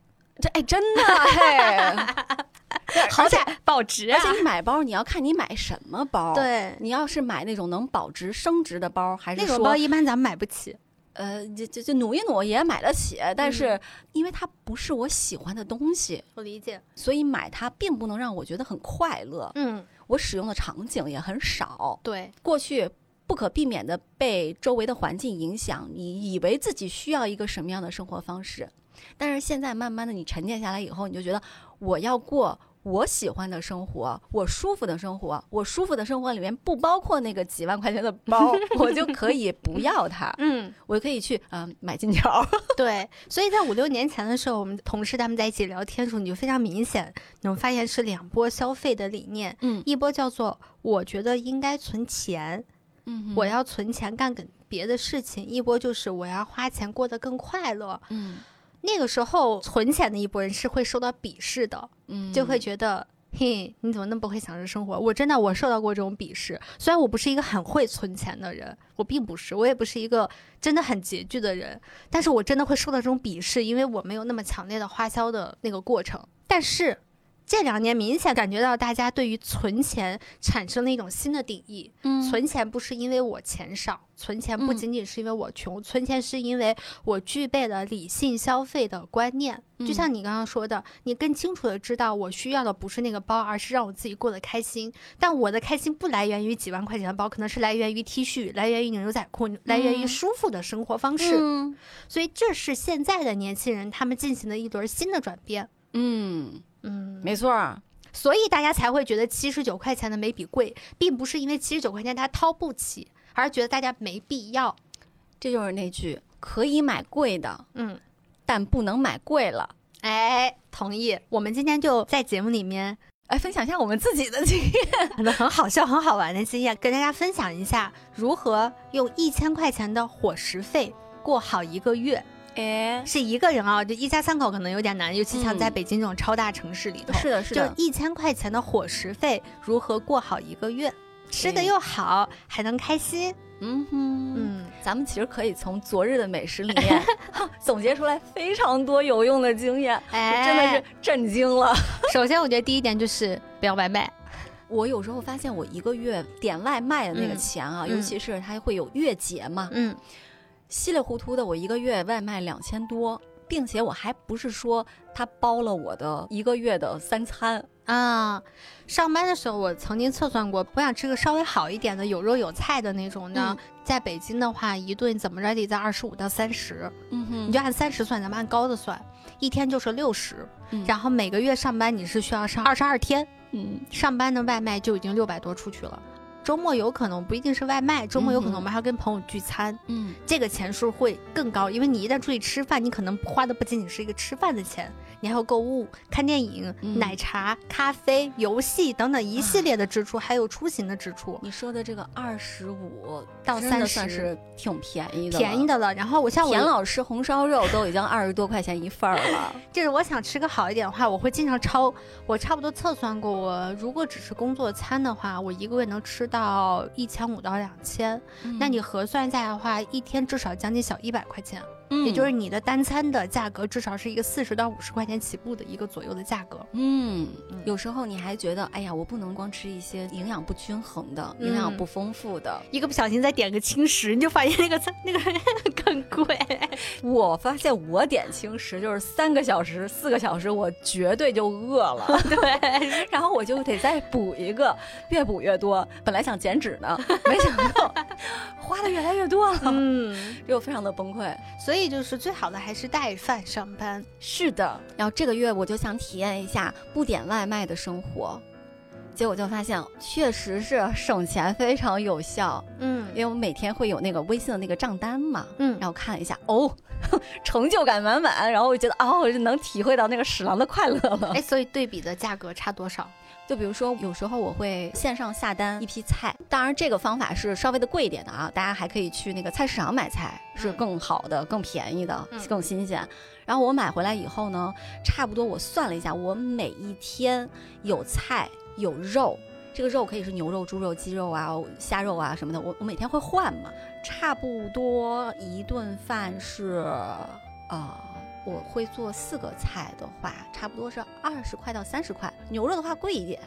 S2: 这哎真的嘿，
S1: 好歹保值啊
S2: 而。且你买包，你要看你买什么包。，
S1: 对，
S2: 你要是买那种能保值升值的包，还是
S1: 那
S2: 说
S1: 种包一般咱们买不起。
S2: 呃，就就就努一努也买得起，但
S1: 嗯
S2: 是因为它不是我喜欢的东西，
S1: 我理解，
S2: 所以买它并不能让我觉得很快乐。
S1: 嗯，
S2: 我使用的场景也很少，
S1: 对，
S2: 过去不可避免的被周围的环境影响，你以为自己需要一个什么样的生活方式，但是现在慢慢的你沉淀下来以后，你就觉得我要过我喜欢的生活，我舒服的生活，我舒服的生活里面不包括那个几万块钱的包， 我就可以不要它，
S1: 嗯，
S2: 我就可以去嗯、呃买金条。
S1: 对，所以在五六年前的时候，我们同事他们在一起聊天的时候，你就非常明显能发现是两波消费的理念，
S2: 嗯
S1: 一波叫做我觉得应该存钱，
S2: 嗯
S1: 我要存钱干个别的事情；一波就是我要花钱过得更快乐。
S2: 嗯
S1: 那个时候存钱的一波人是会受到鄙视的，
S2: 嗯
S1: 就会觉得。嘿，你怎么那么不会享受生活？我真的我受到过这种鄙视。虽然我不是一个很会存钱的人，我并不是，我也不是一个真的很拮据的人，但是我真的会受到这种鄙视，因为我没有那么强烈的花销的那个过程。但是这两年明显感觉到大家对于存钱产生了一种新的定义，存钱不是因为我钱少，存钱不
S2: 嗯
S1: 仅仅是因为我穷，存钱是因为我具备了理性消费的观念。就
S2: 嗯
S1: 像你刚刚说的，你更清楚的知道我需要的不是那个包，而是让我自己过得开心。但我的开心不来源于几万块钱的包，可能是来源于 T 恤，来源于牛仔裤，来源于
S2: 嗯
S1: 舒服的生活方式。
S2: 是
S1: 所以这是现在的年轻人他们进行的一轮新的转变。
S2: 嗯，
S1: 嗯，
S2: 没错儿，
S1: 所以大家才会觉得七十九块钱的眉笔贵，并不是因为七十九块钱大家掏不起，而是觉得大家没必要。
S2: 这就是那句可以买贵的，
S1: 嗯，
S2: 但不能买贵了。
S1: 哎，同意。我们今天就在节目里面
S2: 哎，分享一下我们自己的经 验。
S1: 可能很好笑、很好玩的经验，跟大家分享一下如何用一千块钱的伙食费。过好一个月
S2: 哎，
S1: 是一个人啊，就一家三口可能有点难，尤其像
S2: 嗯
S1: 在北京这种超大城市里头，
S2: 是的，是
S1: 就
S2: 的，
S1: 一千块钱的伙食费如何过好一个月，吃的
S2: 哎
S1: 又好，还能开心，
S2: 嗯哼，嗯。
S1: 嗯，
S2: 咱们其实可以从昨日的美食里 面总结出来非常多有用的经验，
S1: 哎，
S2: 真的是震惊了。
S1: 首先，我觉得第一点就是不要外卖。
S2: 我有时候发现，我一个月点外卖的那个
S1: 嗯
S2: 钱啊，
S1: 嗯
S2: 尤其是它会有月结嘛，
S1: 嗯
S2: 稀里糊涂的，我一个月外卖两千多，并且我还不是说它包了我的一个月的三餐，
S1: 啊，上班的时候我曾经测算过，我想吃个稍微好一点的，有肉有菜的那种呢。
S2: 嗯
S1: 在北京的话，一顿怎么着也得在二十五到三十，
S2: 嗯哼
S1: 你就按三十算，咱们按高的算，一天就是六十、
S2: 嗯
S1: 然后每个月上班你是需要上二十二天，
S2: 嗯
S1: 上班的外卖就已经六百多出去了。周末有可能不一定是外卖，周末有可能我们还要跟朋友聚餐，
S2: 嗯
S1: 这个钱数会更高，因为你一旦出去吃饭，你可能花的不仅仅是一个吃饭的钱，你还有购物、看电影、
S2: 嗯
S1: 奶茶、咖啡、游戏等等一系列的支出，还有出行的支出，
S2: 你说的这个二十五
S1: 到
S2: 算
S1: 30
S2: 是挺便宜的，
S1: 便宜。的了。然后我像
S2: 田
S1: 我，
S2: 老师红烧肉都已经二十多块钱一份儿了，
S1: 就是我想吃个好一点的话，我会经常超。我差不多测算过，我如果只是工作餐的话，我一个月能吃到一千五到两千。
S2: 嗯
S1: 那你核算一下的话，一天至少将近小一百块钱，
S2: 嗯
S1: 也就是你的单餐的价格至少是一个四十到五十块钱起步的一个左右的价格。
S2: 嗯
S1: 嗯，
S2: 有时候你还觉得，哎呀，我不能光吃一些营养不均衡的、营养不丰富的。
S1: 一个不小心再点个轻食，你就发现那个餐那个 更贵。
S2: 我发现我点轻食就是三个小时、四个小时，我绝对就饿 了，
S1: 对，
S2: 然后我就得再补一个，越补越多。本来想减脂呢，没想到 花的越来越多了，
S1: 嗯，
S2: 又非常的崩溃。
S1: 所以就是最好的还是带饭上班。
S2: 是的，然后这个月我就想体验一下不点外卖的生活，结果就发现确实是省钱非常有效。因
S1: 嗯
S2: 为我每天会有那个微信的那个账单嘛，
S1: 嗯
S2: 然后看了一下，哦， 成就感满满，然后我觉得哦，我就能体会到那个屎狼的快乐了
S1: 哎，。所以对比的价格差多少？
S2: 就比如说，有时候我会线上下单一批菜，当然这个方法是稍微的贵一点的啊，大家还可以去那个菜市场买菜，是
S1: 嗯
S2: 更好的、更便宜的
S1: 嗯、
S2: 更新鲜。然后我买回来以后呢，差不多我算了一下，我每一天有菜有肉。这个肉可以是牛肉、猪肉、鸡肉啊、虾肉啊什么的，我我每天会换嘛，差不多一顿饭是，呃，我会做四个菜的话，差不多是二十块到三十块。牛肉的话贵一点，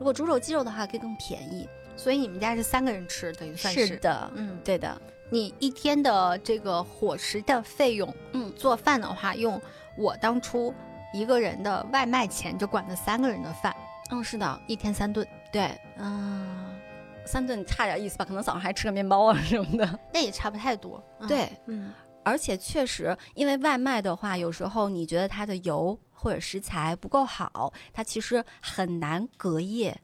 S2: 如果猪肉、鸡肉的话可以更便宜。
S1: 所以你们家是三个人吃，等于算
S2: 的，
S1: 嗯，
S2: 对的，
S1: 你一天的这个伙食的费用，
S2: 嗯
S1: 做饭的话，用我当初一个人的外卖钱就管了三个人的饭，
S2: 嗯，是的，
S1: 一天三顿。
S2: 对，
S1: 嗯，
S2: 三顿差点意思吧，可能早上还吃个面包啊什么的。
S1: 那也差不太多。嗯，
S2: 对，
S1: 嗯，
S2: 而且确实，因为外卖的话，有时候你觉得它的油或者食材不够好，它其实很难隔夜。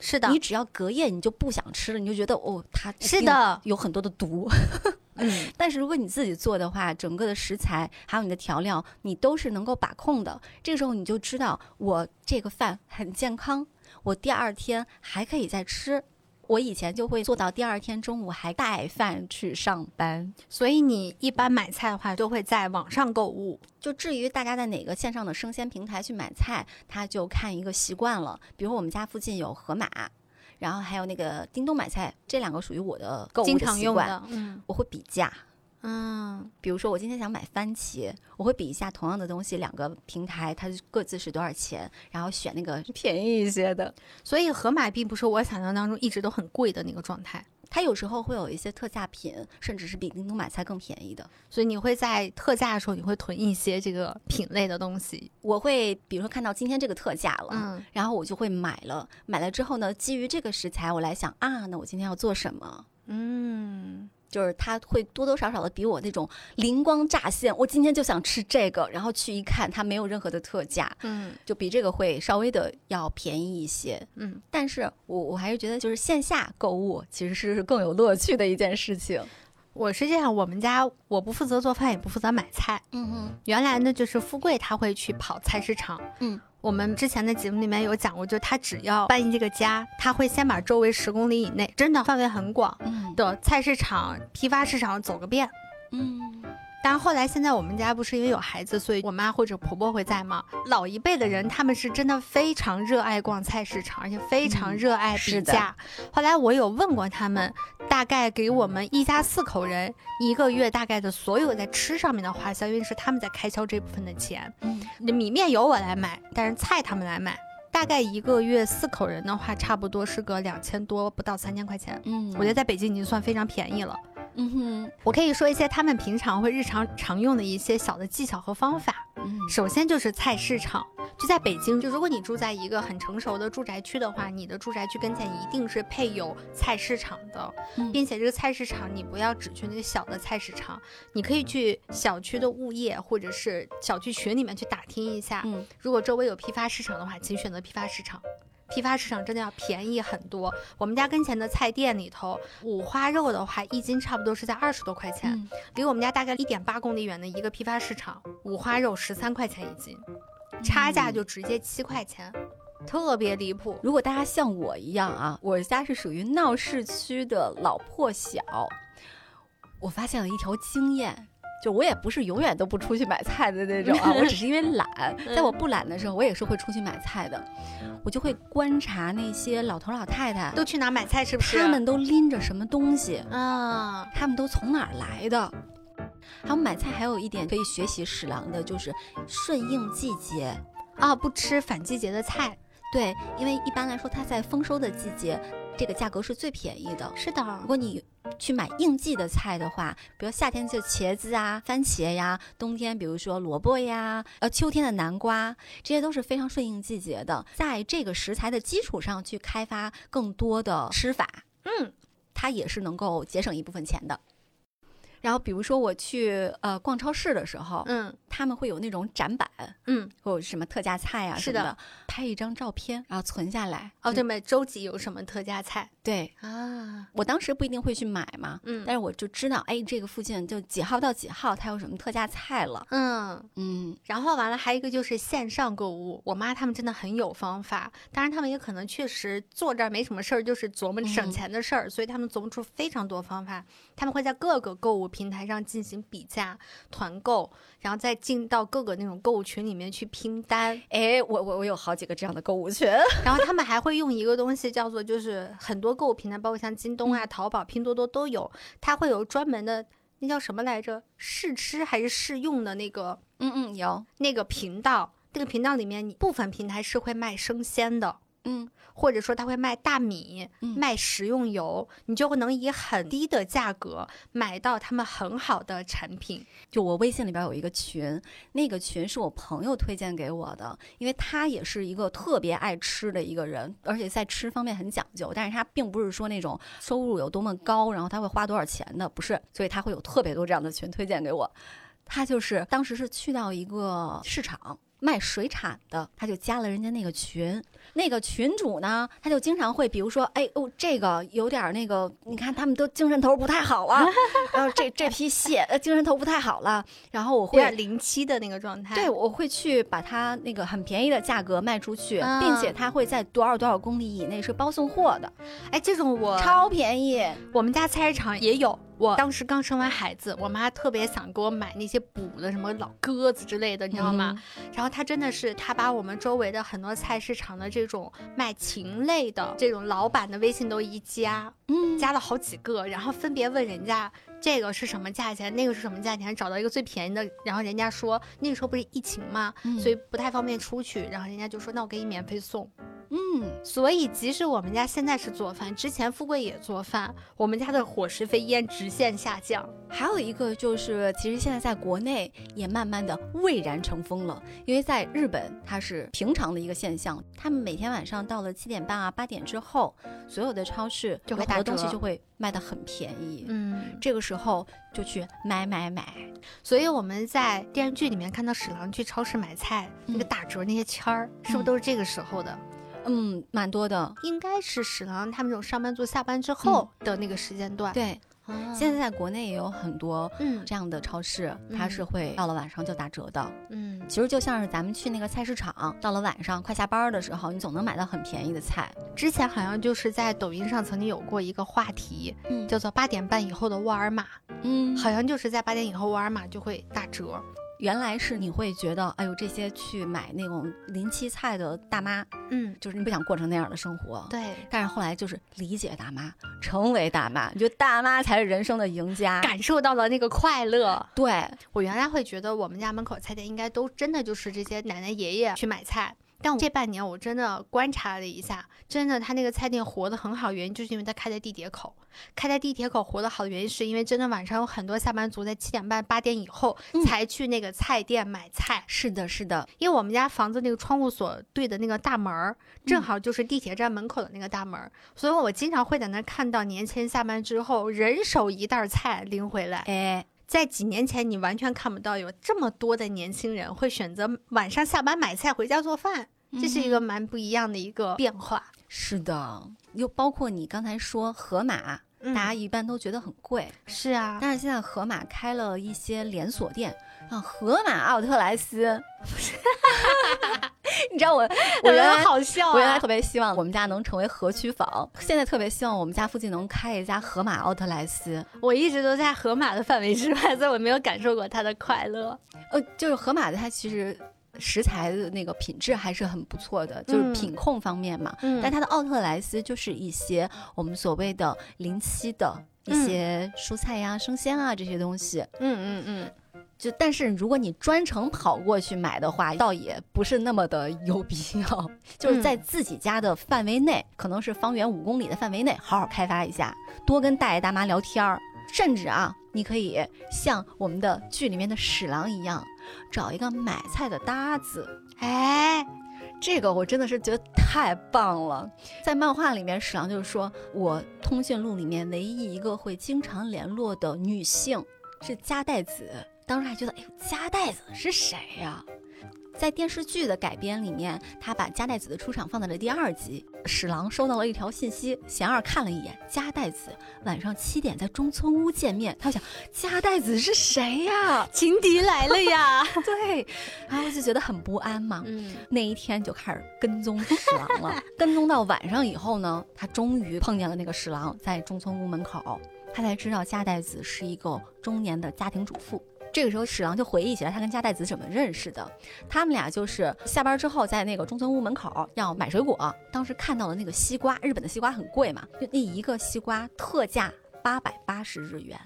S1: 是的
S2: 你，只要隔夜，你就不想吃了，你就觉得哦，它一
S1: 是
S2: 定
S1: 的，
S2: 有很多的毒。
S1: 嗯，
S2: 但是如果你自己做的话，整个的食材还有你的调料，你都是能够把控的。这个时候你就知道，我这个饭很健康，我第二天还可以再吃。我以前就会做到第二天中午还带饭去上班。
S1: 所以你一般买菜的话，都会在网上购物。
S2: 就至于大家在哪个线上的生鲜平台去买菜，他就看一个习惯了。比如我们家附近有盒马，然后还有那个叮咚买菜，这两个属于我的购物
S1: 经
S2: 的
S1: 常
S2: 习
S1: 用
S2: 惯，
S1: 的，嗯
S2: 我会比价。
S1: 嗯，
S2: 比如说，我今天想买番茄，我会比一下同样的东西，两个平台它各自是多少钱，然后选那个便宜一些的。
S1: 所以盒马并不是我想象当中一直都很贵的那个状态，
S2: 它有时候会有一些特价品，甚至是比叮咚买菜更便宜的。
S1: 所以你会在特价的时候，你会囤一些这个品类的东西，
S2: 我会比如说看到今天这个特价了，
S1: 嗯，
S2: 然后我就会买了。买了之后呢，基于这个食材，我来想啊，那我今天要做什么？
S1: 嗯，
S2: 就是它会多多少少的比我那种灵光乍现，我今天就想吃这个，然后去一看它没有任何的特价，
S1: 嗯
S2: 就比这个会稍微的要便宜一些。
S1: 嗯，
S2: 但是我我还是觉得，就是线下购物其实是更有乐趣的一件事情。
S1: 我是这样，我们家我不负责做饭，也不负责买菜。
S2: 嗯哼，
S1: 原来呢，就是富贵他会去跑菜市场，
S2: 嗯，
S1: 我们之前的节目里面有讲过，就是他只要搬这个家，他会先把周围十公里以内，真的范围很广
S2: 嗯
S1: 的菜市场、批发市场走个遍。
S2: 嗯，
S1: 但后来现在我们家不是因为有孩子，所以我妈或者婆婆会在嘛。老一辈的
S2: 嗯
S1: 人他们是真的非常热爱逛菜市场，而且非常
S2: 嗯
S1: 热爱比
S2: 是的
S1: 价。后来我有问过他们，大概给我们一家四口人一个月大概的所有在吃上面的花销，因为是他们在开销这部分的钱。
S2: 嗯
S1: 米面由我来买，但是菜他们来买。大概一个月四口人的话，差不多是个两千多，不到三千块钱。
S2: 嗯，
S1: 我觉得，在北京已经算非常便宜了。
S2: 嗯哼，
S1: 我可以说一些他们平常会日常常用的一些小的技巧和方法。
S2: 嗯
S1: 首先就是菜市场，就在北京，就如果你住在一个很成熟的住宅区的话，你的住宅区跟前一定是配有菜市场的，
S2: 嗯
S1: 并且这个菜市场你不要只去那个小的菜市场，你可以去小区的物业或者是小区群里面去打听一下。
S2: 嗯
S1: 如果周围有批发市场的话，请选择批发市场。批发市场真的要便宜很多。我们家跟前的菜店里头，五花肉的话，一斤差不多是在二十多块钱，
S2: 嗯，
S1: 离我们家大概一点八公里远的一个批发市场，五花肉十三块钱一斤，差价就直接七块钱，特别离谱。
S2: 如果大家像我一样啊，我家是属于闹市区的老破小，我发现了一条经验。就我也不是永远都不出去买菜的那种啊，我只是因为 懒，在我不懒的时候，我也是会出去买菜的。我就会观察那些老头老太太，
S1: 都去哪买菜是不是？
S2: 他们都拎着什么东西，
S1: 啊，
S2: 他们都从哪儿来的？还有买菜，还有一点可以学习史郎的，就是顺应季节。
S1: 啊，不吃反季节的菜。
S2: 对，因为一般来说，它在丰收的季节，这个价格是最便宜的。
S1: 是的，
S2: 如果你去买应季的菜的话，比如夏天就茄子啊、番茄呀，冬天比如说萝卜呀，呃，秋天的南瓜，这些都是非常顺应季节的。在这个食材的基础上去开发更多的吃法，
S1: 嗯，
S2: 它也是能够节省一部分钱的。然后，比如说我去呃逛超市的时候，
S1: 嗯
S2: 他们会有那种展板，
S1: 嗯，
S2: 或者什么特价菜啊
S1: 是
S2: 什
S1: 的
S2: 么的，拍一张照片，然后存下来。
S1: 哦，对
S2: 嗯
S1: 没？周几有什么特价菜
S2: 对，
S1: 啊？
S2: 我当时不一定会去买嘛，
S1: 嗯
S2: 但是我就知道，哎，这个附近就几号到几号，它有什么特价菜了。
S1: 嗯，
S2: 嗯
S1: 然后完了，还有一个就是线上购物，我妈他们真的很有方法。当然，他们也可能确实坐这儿没什么事儿，就是琢磨省
S2: 嗯
S1: 钱的事儿，所以他们琢磨出非常多方法。他们会在各个购物平台上进行比价、团购，然后再进到各个那种购物群里面去拼单。
S2: 哎，我我我有好几个这样的购物群，
S1: 然后他们还会用一个东西叫做，就是很多购物平台，包括像京东啊、淘宝、拼多多都有，它会有专门的那叫什么来着？试吃还是试用的那个
S2: 嗯嗯，有，
S1: 那个频道，那个频道里面，你部分平台是会卖生鲜的，
S2: 嗯
S1: 或者说他会卖大米、
S2: 嗯
S1: 卖食用油，你就会能以很低的价格买到他们很好的产品。
S2: 就我微信里边有一个群，那个群是我朋友推荐给我的，因为他也是一个特别爱吃的一个人，而且在吃方面很讲究，但是他并不是说那种收入有多么高，然后他会花多少钱的，不是，所以他会有特别多这样的群推荐给我。他就是当时是去到一个市场。卖水产的，他就加了人家那个群，那个群主呢，他就经常会，比如说，哎哦，这个有点儿那个，你看他们都精神头儿不太好啊， 然后这这批蟹呃精神头不太好了，然后我
S1: 有点
S2: 会。
S1: 零七的那个状态，
S2: 对，我会去把它那个很便宜的价格卖出去，
S1: 嗯
S2: 并且它会在多少多少公里以内是包送货的，
S1: 哎，这种我
S2: 超便宜。
S1: 我们家菜市场也有。我当时刚生完孩子，我妈特别想给我买那些补的，什么老鸽子之类的，你知道吗？
S2: 嗯
S1: 然后她真的是，她把我们周围的很多菜市场的这种卖禽类的这种老板的微信都一加，
S2: 嗯？嗯，
S1: 加了好几个，然后分别问人家这个是什么价钱，那个是什么价钱，找到一个最便宜的，然后人家说那个时候不是疫情嘛，
S2: 嗯
S1: 所以不太方便出去，然后人家就说那我给你免费送。
S2: 嗯，
S1: 所以，即使我们家现在是做饭，之前富贵也做饭，我们家的伙食费依然直线下降。
S2: 还有一个就是，其实现在在国内也慢慢的蔚然成风了，因为在日本它是平常的一个现象，他们每天晚上到了七点半啊八点之后，所有的超市
S1: 就会
S2: 有
S1: 打
S2: 很多
S1: 折
S2: 东西就会卖的很便宜，
S1: 嗯，
S2: 这个时候就去买买买。
S1: 所以我们在电视剧里面看到史郎去超市买菜，
S2: 嗯
S1: 那个打折那些签儿，是不是
S2: 嗯
S1: 都是这个时候的？
S2: 嗯，蛮多的。
S1: 应该是史郎他们这种上班族下班之后的那个时间段。
S2: 嗯对，哦
S1: 啊，
S2: 现在在国内也有很多
S1: 嗯
S2: 这样的超市，它是会到了晚上就打折的。
S1: 嗯，
S2: 其实就像是咱们去那个菜市场，到了晚上快下班的时候，你总能买到很便宜的菜。
S1: 之前好像就是在抖音上曾经有过一个话题，
S2: 嗯
S1: 叫做八点半以后的沃尔玛，
S2: 嗯，
S1: 好像就是在八点以后沃尔玛就会打折。
S2: 原来是你会觉得，哎呦，这些去买那种临期菜的大妈，
S1: 嗯，
S2: 就是你不想过成那样的生活。。
S1: 对。
S2: 但是后来就是理解大妈，成为大妈，你觉得大妈才是人生的赢家。
S1: 感受到了那个快乐，
S2: 对，
S1: 我原来会觉得我们家门口菜店应该都真的就是这些奶奶爷爷去买菜，但我这半年我真的观察了一下，真的他那个菜店活得很好，原因就是因为他开在地铁口，开在地铁口活得好的原因是因为真的晚上有很多下班族在七点半八点以后
S2: 嗯
S1: 才去那个菜店买菜，
S2: 是的，是的，
S1: 因为我们家房子那个窗户所对的那个大门儿，正好就是地铁站门口的那个大门儿，所以我经常会在那儿看到年轻人下班之后人手一袋儿菜拎回来。
S2: 哎，
S1: 在几年前，你完全看不到有这么多的年轻人会选择晚上下班买菜回家做饭，这是一个蛮不一样的一个变化。
S2: 是的，又包括你刚才说盒马，
S1: 嗯
S2: 大家一般都觉得很贵，
S1: 是 啊，
S2: 但是现在盒马开了一些连锁店，像盒马奥特莱斯， 你 知道我我原来。
S1: 好笑、啊，
S2: 我原来特别希望我们家能成为河区坊，现在特别希望我们家附近能开一家盒马奥特莱斯。
S1: 我一直都在盒马的范围之外，所以我没有感受过它的快乐。
S2: 呃，就是盒马的它其实食材的那个品质还是很不错的，就是
S1: 嗯
S2: 品控方面嘛。
S1: 嗯
S2: 但它的奥特莱斯就是一些我们所谓的临期的
S1: 嗯
S2: 一些蔬菜呀、生鲜啊这些东西。
S1: 嗯嗯嗯，
S2: 就但是如果你专程跑过去买的话，倒也不是那么的 有必要。就是在自己家的范围内，可能是方圆五公里的范围内，好好开发一下，多跟大爷大妈聊天儿。甚至啊，你可以像我们的剧里面的史郎一样，找一个买菜的搭子，
S1: 哎，
S2: 这个我真的是觉得太棒了。在漫画里面，史郎就是说我通讯录里面唯一一个会经常联络的女性是加代子。当时还觉得，哎呦，加代子是谁呀、在电视剧的改编里面，他把加代子的出场放在了第二集。史郎收到了一条信息，贤二看了一眼，加代子晚上七点在中村屋见面。他想，加代子是谁呀、
S1: 情敌来了呀！
S2: 对，然后就觉得很不安嘛。
S1: 嗯，
S2: 那一天就开始跟踪侍郎了，跟踪到晚上以后呢，他终于碰见了那个侍郎在中村屋门口，他才知道加代子是一个中年的家庭主妇。这个时候，史郎就回忆起来他跟加代子怎么认识的。他们俩就是下班之后，在那个中村屋门口要买水果，当时看到了那个西瓜，日本的西瓜很贵嘛，就那一个西瓜特价八百八十日元，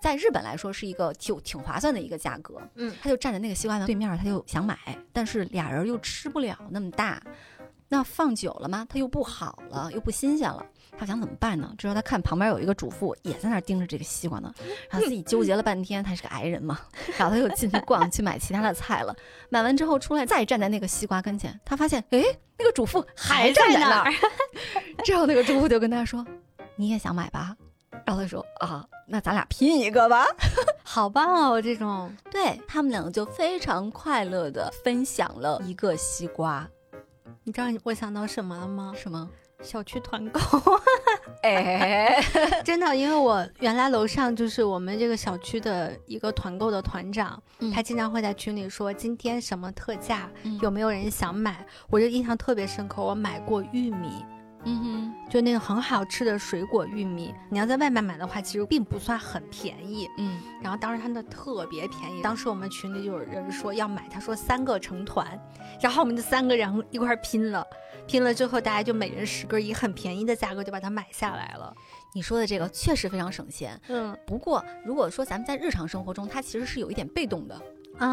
S2: 在日本来说是一个挺挺划算的一个价格。
S1: 嗯，
S2: 他就站在那个西瓜园对面，他就想买，但是俩人又吃不了那么大。那放久了嘛，它又不好了，又不新鲜了。他想怎么办呢？这时候他看旁边有一个主妇也在那儿盯着这个西瓜呢，然后自己纠结了半天，他是个矮人嘛，然后他又进去逛去买其他的菜了。买完之后出来，再站在那个西瓜跟前，他发现诶，那个主妇还站在那儿。 之后那个主妇就跟他说：“你也想买吧？”然后他说：“啊，那咱俩拼一个吧。”
S1: 好棒
S2: 嗯
S1: 哦，这种
S2: 对他们两个就非常快乐的分享了一个西瓜，
S1: 你知道我想到什么了吗？
S2: 什么？
S1: 小区团 购，
S2: 哎，
S1: 真的，因为我原来楼上就是我们这个小区的一个团购的团长，
S2: 嗯
S1: 他经常会在群里说今天什么特价，
S2: 嗯
S1: 有没有人想买？我就印象特别深刻，我买过玉米，
S2: 嗯
S1: 就那个很好吃的水果玉米，你要在外面买的话，其实并不算很便宜。
S2: 哼，嗯，
S1: 然后当时它那特别便宜，当时我们群里就有人说要买，他说三个成团，然后我们就三个人一块儿拼了，拼了之后大家就每人十根，以很便宜的价格就把它买下来了。
S2: 你说的这个确实非常省钱。
S1: 嗯，
S2: 不过，如果说咱们在日常生活中，它其实是有一点被动的，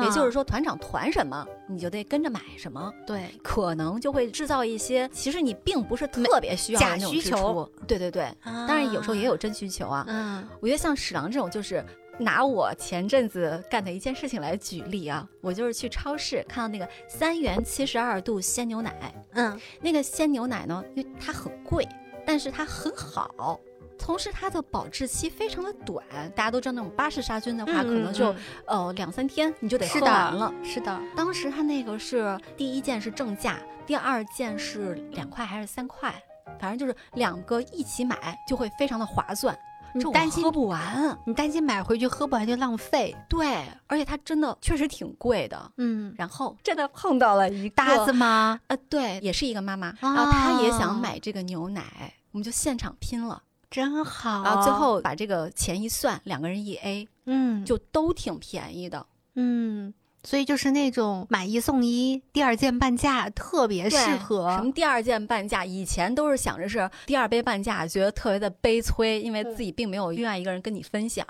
S2: 也就
S1: 说，
S2: 是说，团长团什么，你就得跟着买什么，
S1: 对，
S2: 可能就会制造一些其实你并不是特别需要的那
S1: 假
S2: 种
S1: 需
S2: 支
S1: 求
S2: 出。对对对，
S1: 当
S2: 当然有时候也，有真需求啊。
S1: 嗯
S2: 我觉得像史郎这种，就是拿我前阵子干的一件事情来举例啊，我就是去超市看到那个三元七十二度鲜牛奶，
S1: 嗯
S2: 那个鲜牛奶呢，因为它很贵，但是它很好。同时，它的保质期非常的短，大家都知道那种巴氏杀菌的话，可能就、呃两三天你就得
S1: 嗯
S2: 喝
S1: 是
S2: 完
S1: 的
S2: 了。，
S1: 是的，
S2: 当时它那个是第一件是正价，第二件是两块还是三块，反正就是两个一起买就会非常的划算。
S1: 你
S2: 这我
S1: 担心
S2: 喝不完，
S1: 你担心买回去喝不完就浪费，
S2: 对，而且它真的确实挺贵的。
S1: 嗯，
S2: 然后真的碰到了一
S1: 搭子
S2: 子，
S1: 吗？
S2: 呃，对，也是一个妈妈，然后她也想
S1: 啊
S2: 买这个牛奶，我们就现场拼了，
S1: 真好，
S2: 然后最，后把这个钱一算，两个人一 A，
S1: 嗯，
S2: 就都挺便宜的。
S1: 嗯，所以就是那种买一送一，第二件半价，特别适
S2: 对
S1: 合。
S2: 什么第二件半价，以前都是想着是第二杯半价，觉得特别的悲催，因为自己并没有另外一个人跟你分享。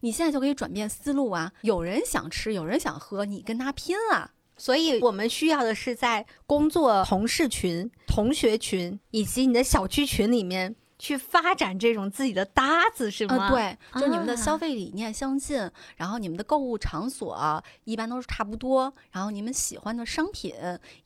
S2: 你现在就可以转变思路啊，有人想吃，有人想喝，你跟他拼啊。
S1: 所以我们需要的是在工作同事群、同学群以及你的小区群里面去发展这种自己的搭子，是
S2: 啊、
S1: 吗？，
S2: 对，就是你们的
S1: 啊
S2: 消费理念相近，然后你们的购物场所啊一般都是差不多，然后你们喜欢的商品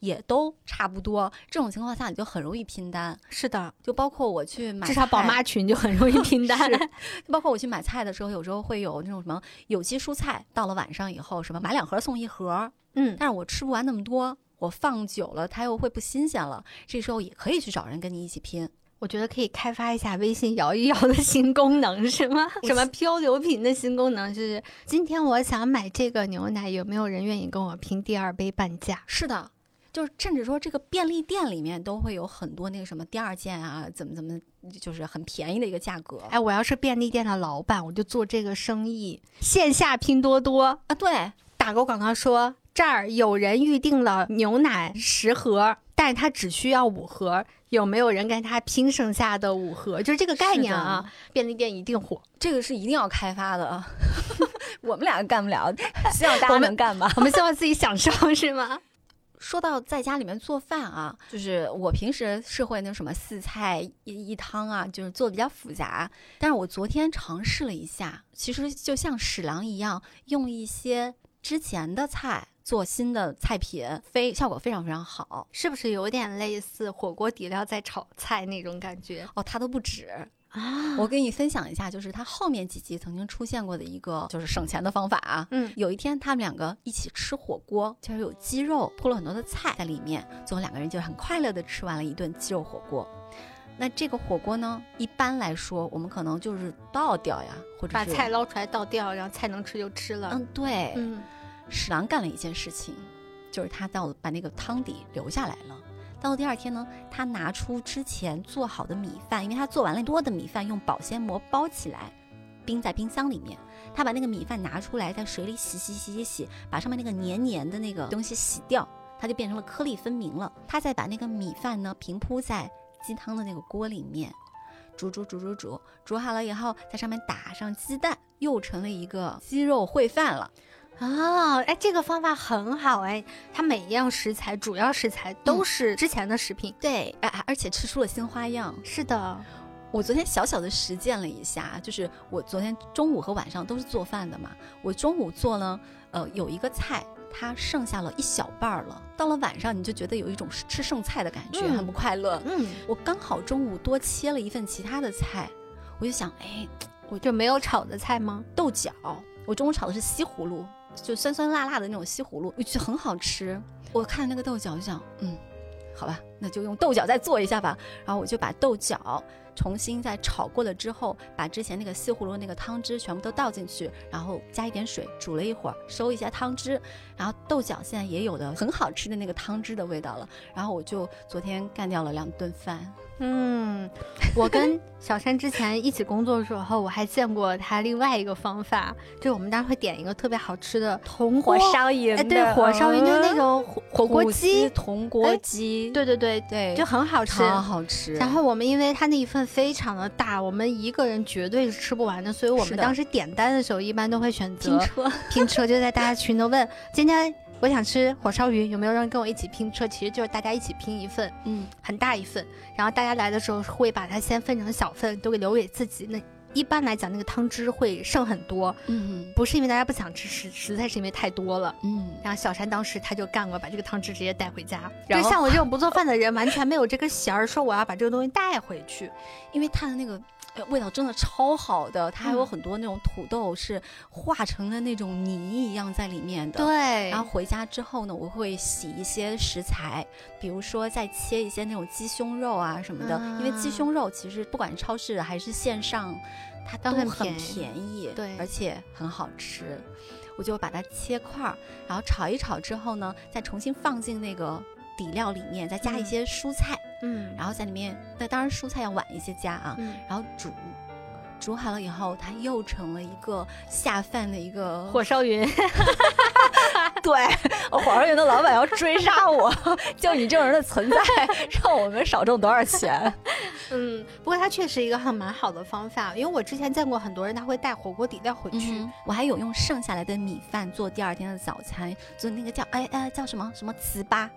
S2: 也都差不多。这种情况下，你就很容易拼单。
S1: 是的，
S2: 就包括我去买菜，
S1: 至少宝妈群就很容易拼单。
S2: 是包括我去买菜的时候，有时候会有那种什么有机蔬菜，到了晚上以后，什么买两盒送一盒，
S1: 嗯，
S2: 但是我吃不完那么多，我放久了它又会不新鲜了。这时候也可以去找人跟你一起拼。
S1: 我觉得可以开发一下微信摇一摇的新功能，是吗？
S2: 我
S1: 什么漂流瓶的新功能就是，今天我想买这个牛奶，有没有人愿意跟我拼第二杯半价？
S2: 是的，就是甚至说这个便利店里面都会有很多那个什么第二件啊，怎么怎么，就是很便宜的一个价格。啊
S1: 哎，我要是便利店的老板，我就做这个生意，线下拼多多
S2: 啊，对，
S1: 打个广告说，这儿有人预定了牛奶十盒，但是他只需要五盒，有没有人跟他拼剩下的五盒？就是这个概念啊，便利店一定火。
S2: 这个是一定要开发的啊。 我们俩干不了，希望大家
S1: 我们
S2: 能干吧。
S1: 我们希望自己享受，是吗？
S2: 说到在家里面做饭啊，就是我平时是会那什么四菜一一汤啊，就是做的比较复杂。但是我昨天尝试了一下，其实就像史郎一样，用一些之前的菜做新的菜品，非效果非常非常好。
S1: 是不是有点类似火锅底料在炒菜那种感觉
S2: 哦，它都不止。
S1: 啊？
S2: 我给你分享一下，就是它后面几集曾经出现过的一个就是省钱的方法啊。
S1: 嗯
S2: 有一天他们两个一起吃火锅，就是有鸡肉铺了很多的菜在里面，最后两个人就很快乐的吃完了一顿鸡肉火锅。那这个火锅呢，一般来说我们可能就是倒掉呀，或者
S1: 把
S2: 是
S1: 菜捞出来倒掉，然后菜能吃就吃了。
S2: 嗯对。
S1: 嗯
S2: 史郎干了一件事情，就是他到把那个汤底留下来了。到了第二天呢，他拿出之前做好的米饭，因为他做完了多的米饭，用保鲜膜包起来，冰在冰箱里面。他把那个米饭拿出来，在水里洗洗洗洗洗，把上面那个黏黏的那个东西洗掉，它就变成了颗粒分明了。他再把那个米饭呢平铺在鸡汤的那个锅里面，煮煮煮煮煮，煮好了以后，在上面打上鸡蛋，又成了一个鸡肉烩饭了。
S1: 哦，哎，这个方法很好哎，它每一样食材主要食材都
S2: 嗯
S1: 是之前的食品。
S2: 对，哎，而且吃出了新花样。
S1: 是的，
S2: 我昨天小小的实践了一下，就是我昨天中午和晚上都是做饭的嘛，我中午做了，呃，有一个菜，它剩下了一小半儿了，到了晚上你就觉得有一种吃吃剩菜的感觉，
S1: 嗯
S2: 很不快乐。
S1: 嗯，
S2: 我刚好中午多切了一份其他的菜，我就想，哎，
S1: 就没有炒的菜吗？
S2: 豆角，我中午炒的是西葫芦，就酸酸辣辣的那种西葫芦，我觉得很好吃。我看那个豆角，我就想，嗯，好吧，那就用豆角再做一下吧。然后我就把豆角重新再炒过了之后，把之前那个西葫芦那个汤汁全部都倒进去，然后加一点水煮了一会儿，收一下汤汁。然后豆角现在也有的很好吃的那个汤汁的味道了。然后我就昨天干掉了两顿饭。
S1: 嗯， 我跟小山之前一起工作的时候，我还见过他另外一个方法，就是我们当时会点一个特别好吃的铜锅
S2: 火烧银的，
S1: 哎，对，火烧云就是那种火火
S2: 火
S1: 锅鸡，
S2: 铜锅
S1: 哎
S2: 鸡，
S1: 对对对，
S2: 对，
S1: 就很好吃。
S2: 超好吃。
S1: 然后我们因为它那一份非常的大，我们一个人绝对是吃不完的，所以我
S2: 是
S1: 们
S2: 的
S1: 当时点单的时候，一般都会选择
S2: 拼车，
S1: 拼车，就在大家群头问今天我想吃火烧鱼，有没有人跟我一起拼车？其实就是大家一起拼一份
S2: 嗯，
S1: 很大一份，然后大家来的时候会把它先分成小份，都给留给自己。那一般来讲，那个汤汁会剩很多，
S2: 嗯
S1: 不是因为大家不想吃，实实在是因为太多了。
S2: 嗯，
S1: 然后小山当时他就干过，把这个汤汁直接带回家。
S2: 然
S1: 就
S2: 后
S1: 像我这种不 做饭的人，完全没有这根弦儿，说我要把这个东西带回去。
S2: 因为它的那个。呃味道真的超好的，它还有
S1: 嗯
S2: 很多那种土豆是化成了那种泥一样在里面的。。
S1: 对
S2: 然后回家之后呢，我会洗一些食材，比如说再切一些那种鸡胸肉啊什么的，因为鸡
S1: 啊
S2: 胸肉其实不管超市还是线上，它
S1: 都
S2: 都
S1: 很
S2: 很
S1: 便宜
S2: 便宜，
S1: 对
S2: 而且很好吃。我就把它切块儿，然后炒一炒之后呢，再重新放进那个底料里面，再加一
S1: 嗯
S2: 些蔬菜，
S1: 嗯，
S2: 然后在里面，那当然蔬菜要晚一些加啊，
S1: 嗯
S2: 然后煮，煮好了以后，它又成了一个下饭的一个
S1: 火烧云，
S2: 对，火烧云的老板要追杀我，就你这种人的存在，让我们少挣多少钱？
S1: 嗯，不过它确实一个很蛮好的方法，因为我之前见过很多人他会带火锅底料 回去。
S2: 嗯，我还有用剩下来的米饭做第二天的早餐，就那个叫哎哎叫什么什么糍粑，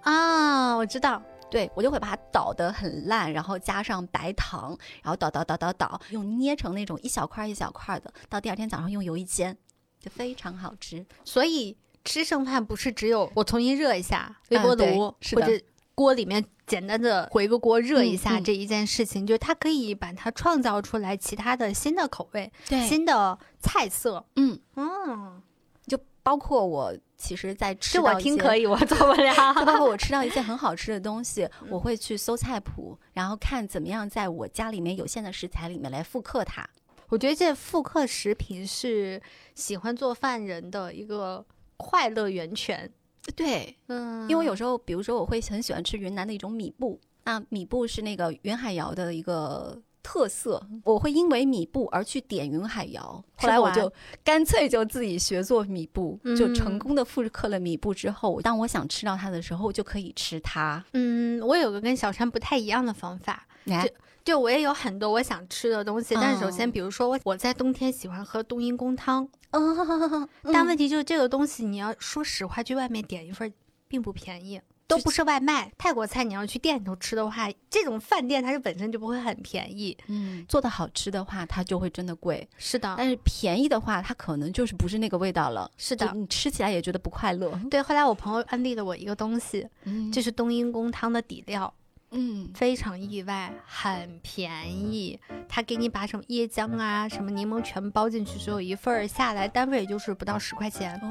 S1: 啊，我知道，
S2: 对我就会把它捣得很烂，然后加上白糖，然后捣捣捣捣捣，用捏成那种一小块儿一小块儿的，到第二天早上用油一煎，就非常好吃。
S1: 所以吃剩饭不是只有我重新热一下微
S2: 嗯
S1: 波
S2: 对
S1: 炉，
S2: 是
S1: 或
S2: 的
S1: 者锅里面简单的回个锅热一
S2: 嗯
S1: 下
S2: 嗯
S1: 这一件事情，就是它可以把它创造出来其他的新的口味、
S2: 对
S1: 新的菜色。
S2: 嗯，
S1: 嗯，
S2: 就包括我其实，在吃
S1: 这我
S2: 到一
S1: 听
S2: 些
S1: 可以，我做不
S2: 就
S1: 了。
S2: 包括我吃到一些很好吃的东西，我会去搜菜谱，然后看怎么样在我家里面有限的食材里面来复刻它。
S1: 我觉得这复刻食品是喜欢做饭人的一个快乐源泉。
S2: 对，
S1: 嗯，
S2: 因为有时候，比如说我会很喜欢吃云南的一种米布，啊，米布是那个云海肴的一个。特色，我会因为米布而去点云海肴。
S1: 吃
S2: 后来
S1: 不
S2: 我
S1: 完
S2: 就干脆就自己学做米布，就成
S1: 嗯
S2: 功的复刻了米布之后，当我想吃到它的时候，我就可以吃它。
S1: 嗯，我有个跟小山不太一样的方法，
S2: 哎
S1: 就我也有很多我想吃的东西，但是首先，
S2: 哦
S1: 比如说我我在冬天喜欢喝冬阴功汤，
S2: 嗯，
S1: 但问题就是这个东西你要说实话，去外面点一份儿并不便宜。都
S2: 就
S1: 不是外卖，泰国菜你要去店里头吃的话，这种饭店它就本身就不会很便宜。
S2: 嗯，做的好吃的话，它就会真的贵。
S1: 是的，
S2: 但是便宜的话，它可能就是不是那个味道了，
S1: 是
S2: 就
S1: 的，
S2: 你吃起来也觉得不快乐。
S1: 嗯对。后来我朋友安利了我一个东西，
S2: 嗯
S1: 这是冬阴功汤的底料，
S2: 嗯
S1: 非常意外，很便宜。他给你把什么椰浆啊、什么柠檬全包进去，只有一份儿下来，单位也就是不到十块钱。
S2: 哦，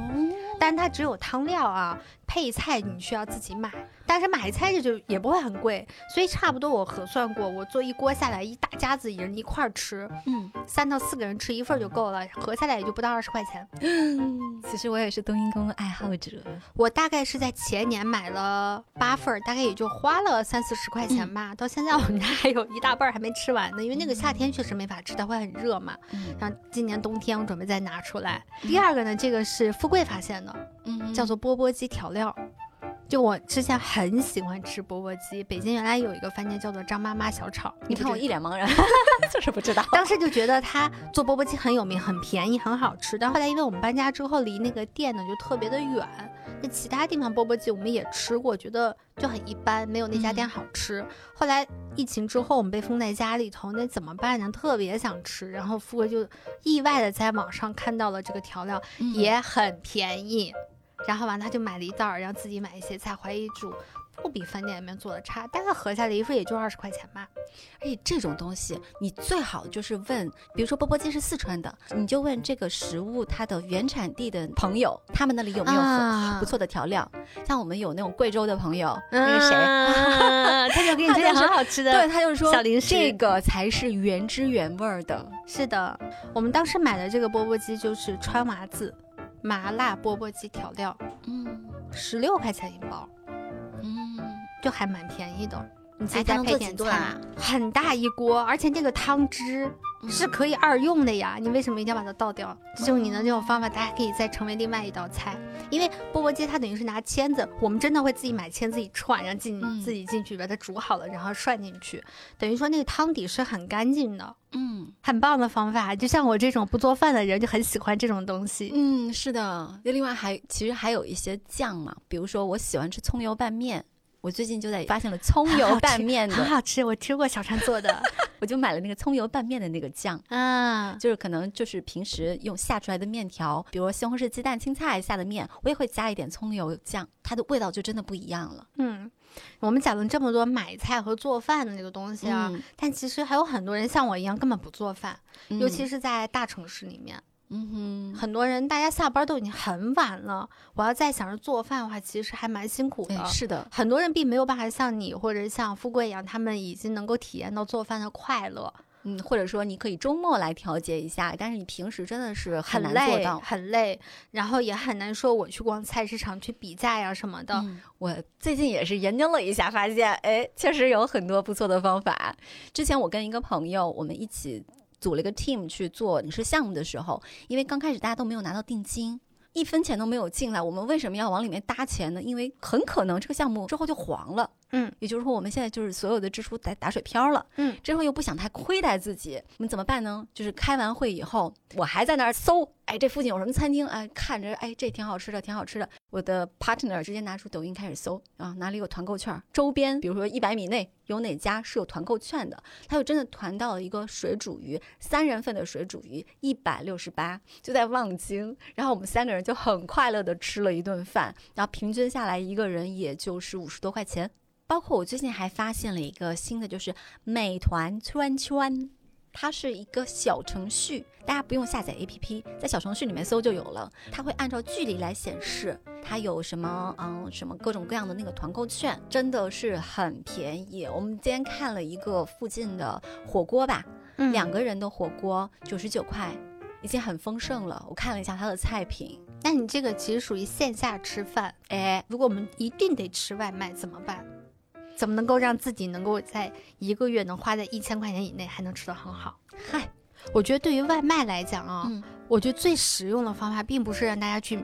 S1: 但它只有汤料啊，配菜你需要自己买，但是买菜这就也不会很贵，所以差不多我核算过，我做一锅下来，一大家子人一块儿吃，
S2: 嗯，
S1: 三到四个人吃一份儿就够了，合下来也就不到二十块钱。
S2: 其实我也是冬阴功爱好者。
S1: 我大概是在前年买了八份儿，大概也就花了三四十块钱吧，到现在我们家还有一大半儿还没吃完呢，因为那个夏天确实没法吃，它会很热嘛。
S2: 嗯
S1: 然后今年冬天我准备再拿出来。第二个呢，这个是富贵发现的，
S2: 嗯
S1: 叫做钵钵鸡调料，就我之前很喜欢吃钵钵鸡，北京原来有一个饭店叫做张妈妈小炒，
S2: 你看我一脸茫 然，就是不知道。
S1: 当时就觉得他做钵钵鸡很有名，很便宜，很好吃。但后来因为我们搬家之后，离那个店呢就特别的远。那其他地方钵钵鸡我们也吃过，觉得就很一般，没有那家店好吃。后来疫情之后，我们被封在家里头，那怎么办呢？特别想吃，然后富贵就意外的在网上看到了这个调料，
S2: 嗯
S1: 也很便宜。然后完，他就买了一袋儿，然后自己买一些菜，怀疑煮不比饭店里面做的差，大概合下来一份也就二十块钱吧。
S2: 而且哎这种东西，你最好就是问，比如说钵钵鸡是四川的，你就问这个食物它的原产地的朋友，他们那里有没有很
S1: 啊
S2: 不错的调料？像我们有那种贵州的朋友，那
S1: 那
S2: 个
S1: 个谁
S2: 谁，，
S1: 他就给你推荐很好吃的，
S2: 对，他就说
S1: 啊小零食
S2: 这个才是原汁原味儿的。
S1: 是的，我们当时买的这个钵钵鸡就是川娃子麻辣钵钵鸡调料，
S2: 嗯
S1: 十六块钱一包，
S2: 嗯，
S1: 就还蛮便宜的。你自
S2: 哎，
S1: 己再
S2: 它能
S1: 配
S2: 做几
S1: 点
S2: 顿
S1: 菜，
S2: 啊？
S1: 很大一锅，而且那个汤汁
S2: 嗯
S1: 是可以二用的呀。你为什么一定要把它倒掉？这就是你的那种方法，它还可以再成为另外一道菜。因为钵钵鸡它等于是拿签子，我们真的会自己买签自己串，然后进
S2: 嗯
S1: 自己进去把它煮好了，然后涮进去，等于说那个汤底是很干净的。
S2: 嗯
S1: 很棒的方法，就像我这种不做饭的人就很喜欢这种东西。
S2: 嗯，是的。那另外还其实还有一些酱嘛，比如说我喜欢吃葱油拌面。我最近就在发现了葱
S1: 很好
S2: 油
S1: 吃
S2: 拌面
S1: 很
S2: 的，
S1: 好吃，我吃过小川做 的。
S2: 我就买了那个葱油拌面的那个酱，
S1: 啊，
S2: 就是可能就是平时用下出来的面条，比如西红柿、鸡蛋、青菜下的面，我也会加一点葱油酱，它的味道就真的不一样了。
S1: 嗯，我们讲了这么多买菜和做饭的这个东西啊，但其实还有很多人像我一样根本不做饭，
S2: 嗯，
S1: 尤其
S2: 是
S1: 是在大城市里面，
S2: 嗯哼，
S1: 很多人大家下班都已经很晚了，我要再想着做饭的话，其实还蛮辛苦的。
S2: 哎，是的，
S1: 很多人并没有办法像你或者像富贵一样，他们已经能够体验到做饭的快乐，
S2: 嗯，或者说你可以周末来调节一下，但是你平时真的是
S1: 很
S2: 难做
S1: 累，
S2: 到。
S1: 很累，然后也很难说我去逛菜市场去比价呀什么的。
S2: 嗯我最近也是研究了一下，发现哎，确实有很多不错的方法。之前我跟一个朋友，我们一起组了一个 team 去做影视项目的时候，因为刚开始大家都没有拿到定金。一分钱都没有进来，我们为什么要往里面搭钱呢？因为很可能这个项目之后就黄了，
S1: 嗯，
S2: 也就是说我们现在就是所有的支出打打水漂了，
S1: 嗯，
S2: 之后又不想太亏待自己，我们怎么办呢？就是开完会以后，我还在那儿搜，哎，这附近有什么餐厅？哎，看着，哎，这挺好吃的，挺好吃的，我的 partner 直接拿出抖音开始搜啊，哪里有团购券儿？周边，比如说一百米内有哪家是有团购券的？他就真的团到了一个水煮鱼，三人份的水煮鱼，一百六十八，就在望京。然后我们三个人就很快乐的吃了一顿饭，然后平均下来一个人也就是五十多块钱。包括我最近还发现了一个新的，就是美团圈圈。它是一个小程序，大家不用下载 APP，在小程序里面搜就有了。它会按照距离来显示，它有什么嗯什么各种各样的那个团购券，真的是很便宜。我们今天看了一个附近的火锅吧，
S1: 嗯
S2: 两个人的火锅九十九块，已经很丰盛了。我看了一下它的菜品，
S1: 那你这个其实属于线下吃饭，
S2: 哎，
S1: 如果我们一定得吃外卖怎么办？怎么能够让自己能够在一个月能花在一千块钱以内，还能吃得很好？
S2: 嗨，
S1: 我觉得对于外卖来讲啊，
S2: 嗯
S1: 我觉得最实用的方法，并不是让大家去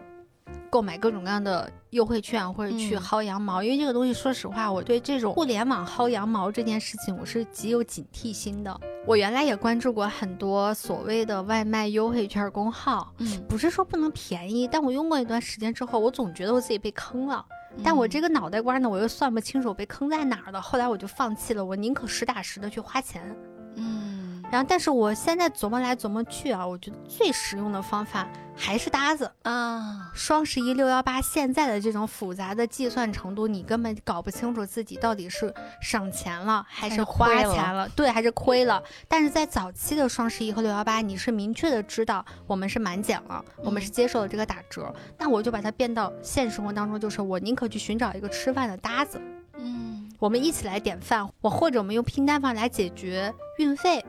S1: 购买各种各样的优惠券或者去
S2: 嗯
S1: 薅羊毛，因为这个东西，说实话，我对这种互联网薅羊毛这件事情，我是极有警惕心的。我原来也关注过很多所谓的外卖优惠券公号，
S2: 嗯，
S1: 不是说不能便宜，但我用过一段时间之后，我总觉得我自己被坑了。 但我这
S2: 个
S1: 个脑袋瓜呢，我又算不清楚我被坑在哪儿了。后来我就放弃了，我宁可实打实的去花钱。
S2: 嗯
S1: 然后，但是我现在琢磨来琢磨去啊，我觉得最实用的方法还是搭子。
S2: 啊，
S1: 双十一、六幺八现在的这种复杂的计算程度，你根本搞不清楚自己到底是省钱了还是花
S2: 还是
S1: 钱
S2: 亏了
S1: 了，对，还是亏了。但是在早期的双十一和六幺八，你是明确的知道我们是满减了，我们是接受了这个打折。那我就把它变到现实生活当中，就是我宁可去寻找一个吃饭的搭子，
S2: 嗯
S1: 我们一起来点饭，我或者我们用拼单方来解决运费。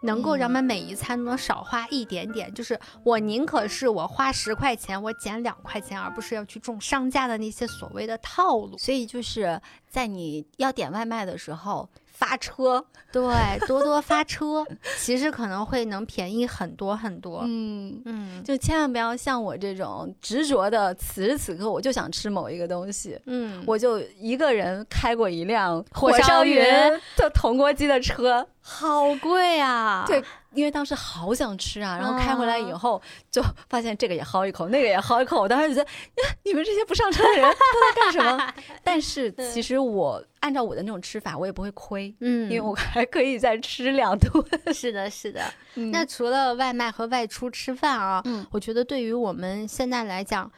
S1: 能够
S2: 嗯
S1: 让我们每一餐都能少花一点点，就是我宁可是我花十块钱，我减两块钱，而不是要去中商家的那些所谓的套路。
S2: 所以就是在你要点外卖的时候，发车，
S1: 对，多多发 车，其实可能会能便宜很多很多。
S2: 嗯，
S1: 嗯
S2: 就千万不要像我这种执着的，此时此刻我就想吃某一个东西。
S1: 嗯，
S2: 我就一个人开过一辆
S1: 火烧
S2: 烧
S1: 云
S2: 的铜锅鸡的车，
S1: 好贵啊！
S2: 对因为当时好想吃啊，然后开回来以
S1: 啊
S2: 后就发现这个也薅一口， 那个也薅一口。我当时觉得， 呀你们这些不上车的 人都在干什么？ 但是其实我按照我的那种吃法，我也不会亏，
S1: 嗯，
S2: 因为我还可以再吃两顿。
S1: 是的，是的。
S2: 嗯
S1: 那除了外卖和外出吃饭啊，
S2: 嗯
S1: 我觉得对于我们现在来讲，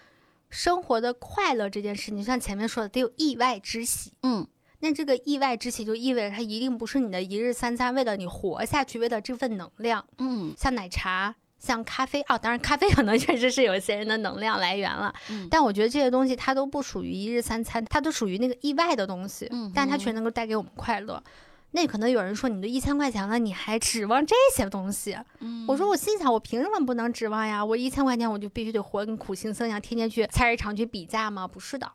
S1: 生活的快乐这件事情，像前面说的，得有意外之喜。
S2: 嗯，
S1: 那这个意外之喜就意味着它一定不是你的一日三餐，为了你活下去，为了这份能量，
S2: 嗯
S1: 像奶茶。像咖啡啊、当然咖啡可能确实是有些人的能量来源了，
S2: 嗯
S1: 但我觉得这些东西它都不属于一日三餐，它都属于那个意外的东西，
S2: 嗯
S1: 但它却能够带给我们快乐。那可能有人说，你都一千块钱了，你还指望这些东西？啊
S2: 嗯
S1: 我说我心想，我凭什么不能指望呀？我一千块钱我就必须得活得跟苦行僧一样，天天去菜市场去比价吗？不是的。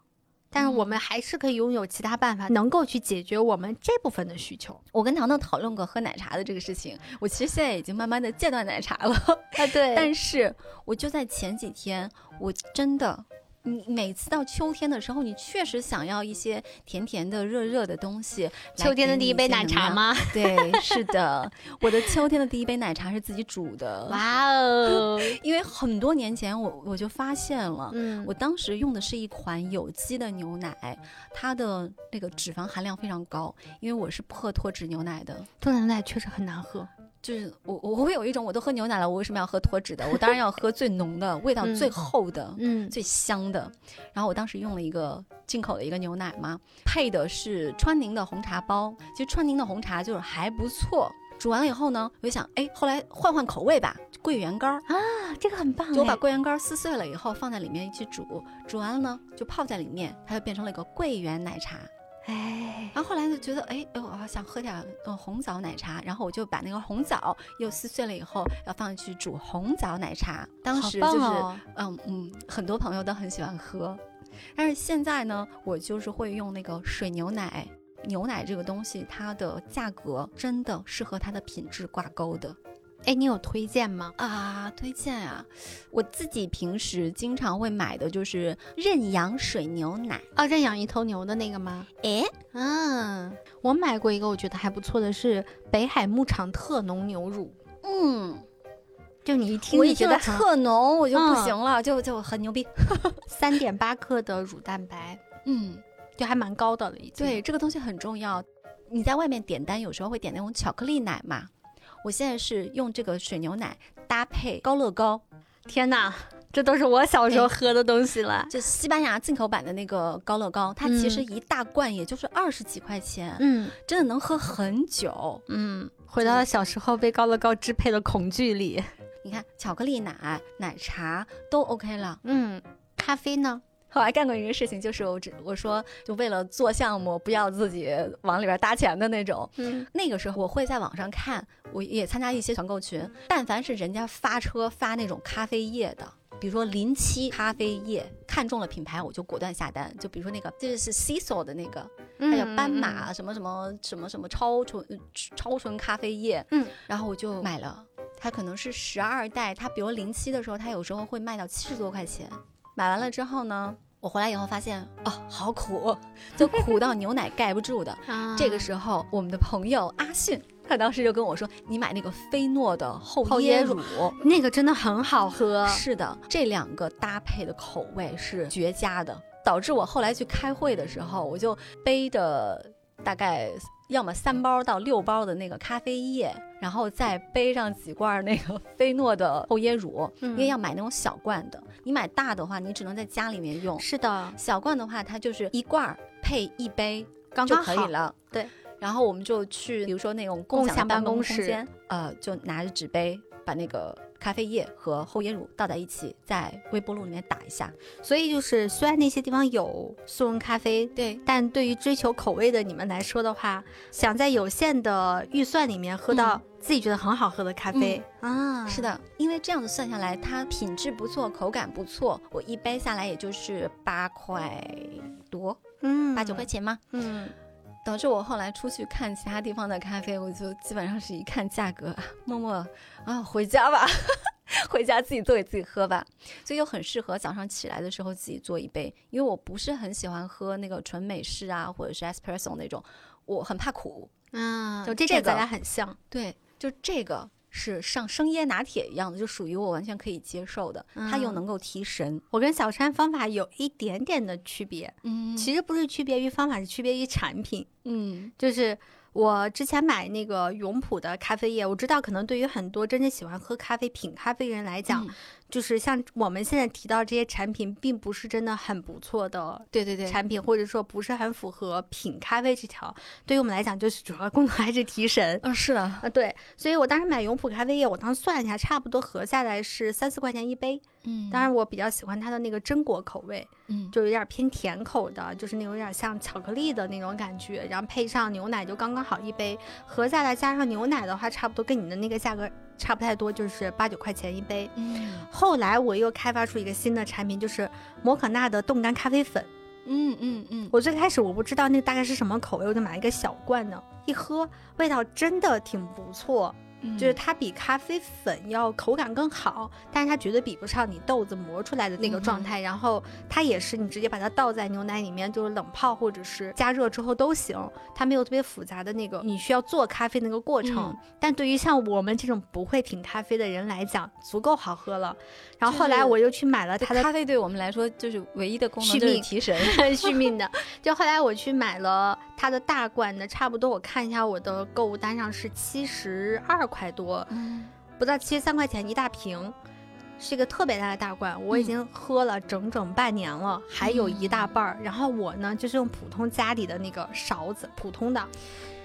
S1: 但是我们还是可以拥有其他办法，能够去解决我们这部分的需求。
S2: 我跟糖糖讨论过喝奶茶的这个事情，我其实现在已经慢慢的戒断奶茶了。
S1: 啊，对但
S2: 但是我就在前几天，我真的，你每次到秋天的时候，你确实想要一些甜甜的、热热的东西。
S1: 秋天的第一杯奶茶？吗？
S2: 对，是的，我的秋天的第一杯奶茶是自己煮的，
S1: 哇哦，
S2: 因为很多年前我我就发现了。
S1: 嗯
S2: 我当时用的是一款有机的牛奶，它的那个脂肪含量非常高，因为我是破脱脂牛奶的，
S1: 豆奶奶确实很难喝。
S2: 就是我我会有一种我都喝牛奶了，我为什么要喝脱脂的？我当然要喝最浓的，味道最
S1: 嗯
S2: 厚的。
S1: 嗯，
S2: 最香的。然后我当时用了一个进口的一个牛奶嘛，配的是川宁的红茶包。其实川宁的红茶就是还不错。煮完了以后呢，我就想，哎，后来换换口味吧，桂圆干儿。
S1: 啊这个很棒哎。
S2: 就我把桂圆干儿撕碎了以后放在里面一起煮，煮完了呢就泡在里面，它就变成了一个桂圆奶茶。
S1: 哎，
S2: 然后后来就觉得，哎，哎，我好想喝点儿呃红枣奶茶，然后我就把那个红枣又撕碎了以后，要放进去煮红枣奶茶。当时
S1: 好棒
S2: 就是、
S1: 哦
S2: 嗯嗯，很多朋友都很喜欢喝，但是现在呢，我就是会用那个水牛奶。牛奶这个东西，它的价格真的是和它的品质挂钩的
S1: 哎，你有推荐吗？
S2: 啊！推荐啊，我自己平时经常会买的就是认养水牛奶。
S1: 哦，认养一头牛的那个吗？
S2: 诶，
S1: 嗯，我买过一个，我觉得还不错的是北海牧场特浓牛乳。
S2: 嗯，
S1: 就你一听
S2: 我
S1: 就
S2: 一
S1: 觉
S2: 听
S1: 得
S2: 到
S1: 很
S2: 特浓，我就不
S1: 嗯
S2: 行了，就就很牛逼。
S1: 三点八克的乳蛋白，
S2: 嗯，
S1: 就还蛮高的了已经。
S2: 对，，这个东西很重要。你在外面点单，有时候会点那种巧克力奶嘛。我现在是用这个水牛奶搭配高乐高，
S1: 天哪，这都是我小时候
S2: 哎
S1: 喝的东西了。
S2: 就西班牙进口版的那个高乐高，它其实一大罐也就是二十几块钱，
S1: 嗯
S2: 真的能喝很久。
S1: 嗯，回到了小时候被高乐高支配的恐惧里。
S2: 你看，巧克力奶、奶茶都 OK 了。
S1: 嗯，咖啡呢？
S2: 我还干过一个事情，就是我只我说就为了做项目，不要自己往里边搭钱的那种。
S1: 嗯，
S2: 那个时候我会在网上看，我也参加一些团购群，但凡是人家发车发那种咖啡液的。比如说临期咖啡液，看中了品牌我就果断下单。就比如说那个，这是 c i s o 的那个，还
S1: 还
S2: 有斑马什么什么什么什么超纯呃超纯咖啡液，
S1: 嗯，
S2: 然后我就买了。它可能是十二袋，它比如临期的时候，它有时候会卖到七十多块钱。买完了之后呢，我回来以后发现，哦，好苦，就苦到牛奶盖不住的。
S1: 啊
S2: 这个时候，我们的朋友阿信，他当时就跟我说：“你买那个菲诺的厚
S1: 厚椰呃
S2: 椰乳。
S1: 那个真的很好喝。
S2: 是的，这两个搭配的口味是绝佳的，导致我后来去开会的时候，我就背着大概要么三包到六包的那个咖啡液，然后再背上几罐那个菲诺的厚椰乳，因为要买那种小罐的，你买大的话，你只能在家里面用。
S1: 是的，
S2: 小罐的话，它就是一罐儿配一杯
S1: 刚
S2: 就
S1: 刚
S2: 可
S1: 好
S2: 以。了。
S1: 对，
S2: 然后我们就去，比如说那种
S1: 共
S2: 共享
S1: 享
S2: 的
S1: 办
S2: 办
S1: 公
S2: 公
S1: 室
S2: 空间，呃，就拿着纸杯把那个咖啡液和厚椰乳倒在一起，在微波炉里面打一下。
S1: 所以就是，虽然那些地方有速溶咖啡，
S2: 对，
S1: 但对于追求口味的你们来说的话，想在有限的预算里面喝到自己觉得很好喝的咖啡、嗯啊，
S2: 是，的，因为这样子算下来，它品质不错，口感不错，我一杯下来也就是八块多，
S1: 嗯，
S2: 八九块，钱嘛。
S1: 嗯，
S2: 导致我后来出去看其他地方的咖啡，我就基本上是一看价格，啊默默啊回家吧， 回家自己做给自己喝吧。所以就很适合早上起来的时候自己做一杯，因为我不是很喜欢喝那个纯美式啊，或者是 espresso 那种，我很怕苦。
S1: 嗯，
S2: 就
S1: 就这
S2: 这
S1: 个咱
S2: 个
S1: 俩很像，
S2: 对，就这个是像生椰拿铁一样的，就属于我完全可以接受的，它又
S1: 嗯
S2: 能够提神。
S1: 我跟小山方法有一点点的区别，
S2: 嗯
S1: 其实不是区别于方法，是区别于产品。
S2: 嗯
S1: 就是我之前买那个永璞的咖啡液，我知道可能对于很多真正喜欢喝咖啡、品咖啡的人来
S2: 嗯
S1: 讲，就是像我们现在提到这些产品，并不是真的很不错的
S2: 对对对，
S1: 产品，或者说不是很符合品咖啡这条。对于我们来讲，就是主要功能还是提神。
S2: 嗯是的，
S1: 啊，对，所以我当时买永璞咖啡液，我当时算了一下，差不多合下来是三四块钱一杯。
S2: 嗯
S1: 当然，我比较喜欢它的那个榛果口味，
S2: 嗯
S1: 就有点偏甜口的，就是那种有点像巧克力的那种感觉，然后配上牛奶就刚刚好一杯，合下来加上牛奶的话，差不多跟你的那个价格差不太多，就是八九块钱一杯。
S2: 嗯
S1: 后来我又开发出一个新的产品，就是摩可娜的冻干咖啡粉。
S2: 嗯嗯嗯，
S1: 我最开始我不知道那大概是什么口味，我就买了一个小罐的，一喝味道真的挺不错，
S2: 嗯
S1: 就是它比咖啡粉要口感更好，但是它绝对比不上你豆子磨出来的那个状态。然后它也是你直接把它倒在牛奶里面，就是冷泡或者是加热之后都行，它没有特别复杂的那个你需要做咖啡那个过程。
S2: 嗯
S1: 但对于像我们这种不会品咖啡的人来讲，足够好喝了。然后
S2: 就是
S1: 后来我又去买了
S2: 就
S1: 它的
S2: 咖啡对我们来说就是唯一的功能
S1: 续
S2: 就是
S1: 命
S2: 提 神。
S1: 续命的。就后来我去买了它的大罐的，差不多我看一下我的购物单上是七十二块多，
S2: 嗯
S1: 不到七十三块钱一大瓶，是一个特别大的大罐，我已
S2: 嗯
S1: 经喝了整整半年了，还有一大半儿。然后我呢，就是用普通家里的那个勺子，普通的，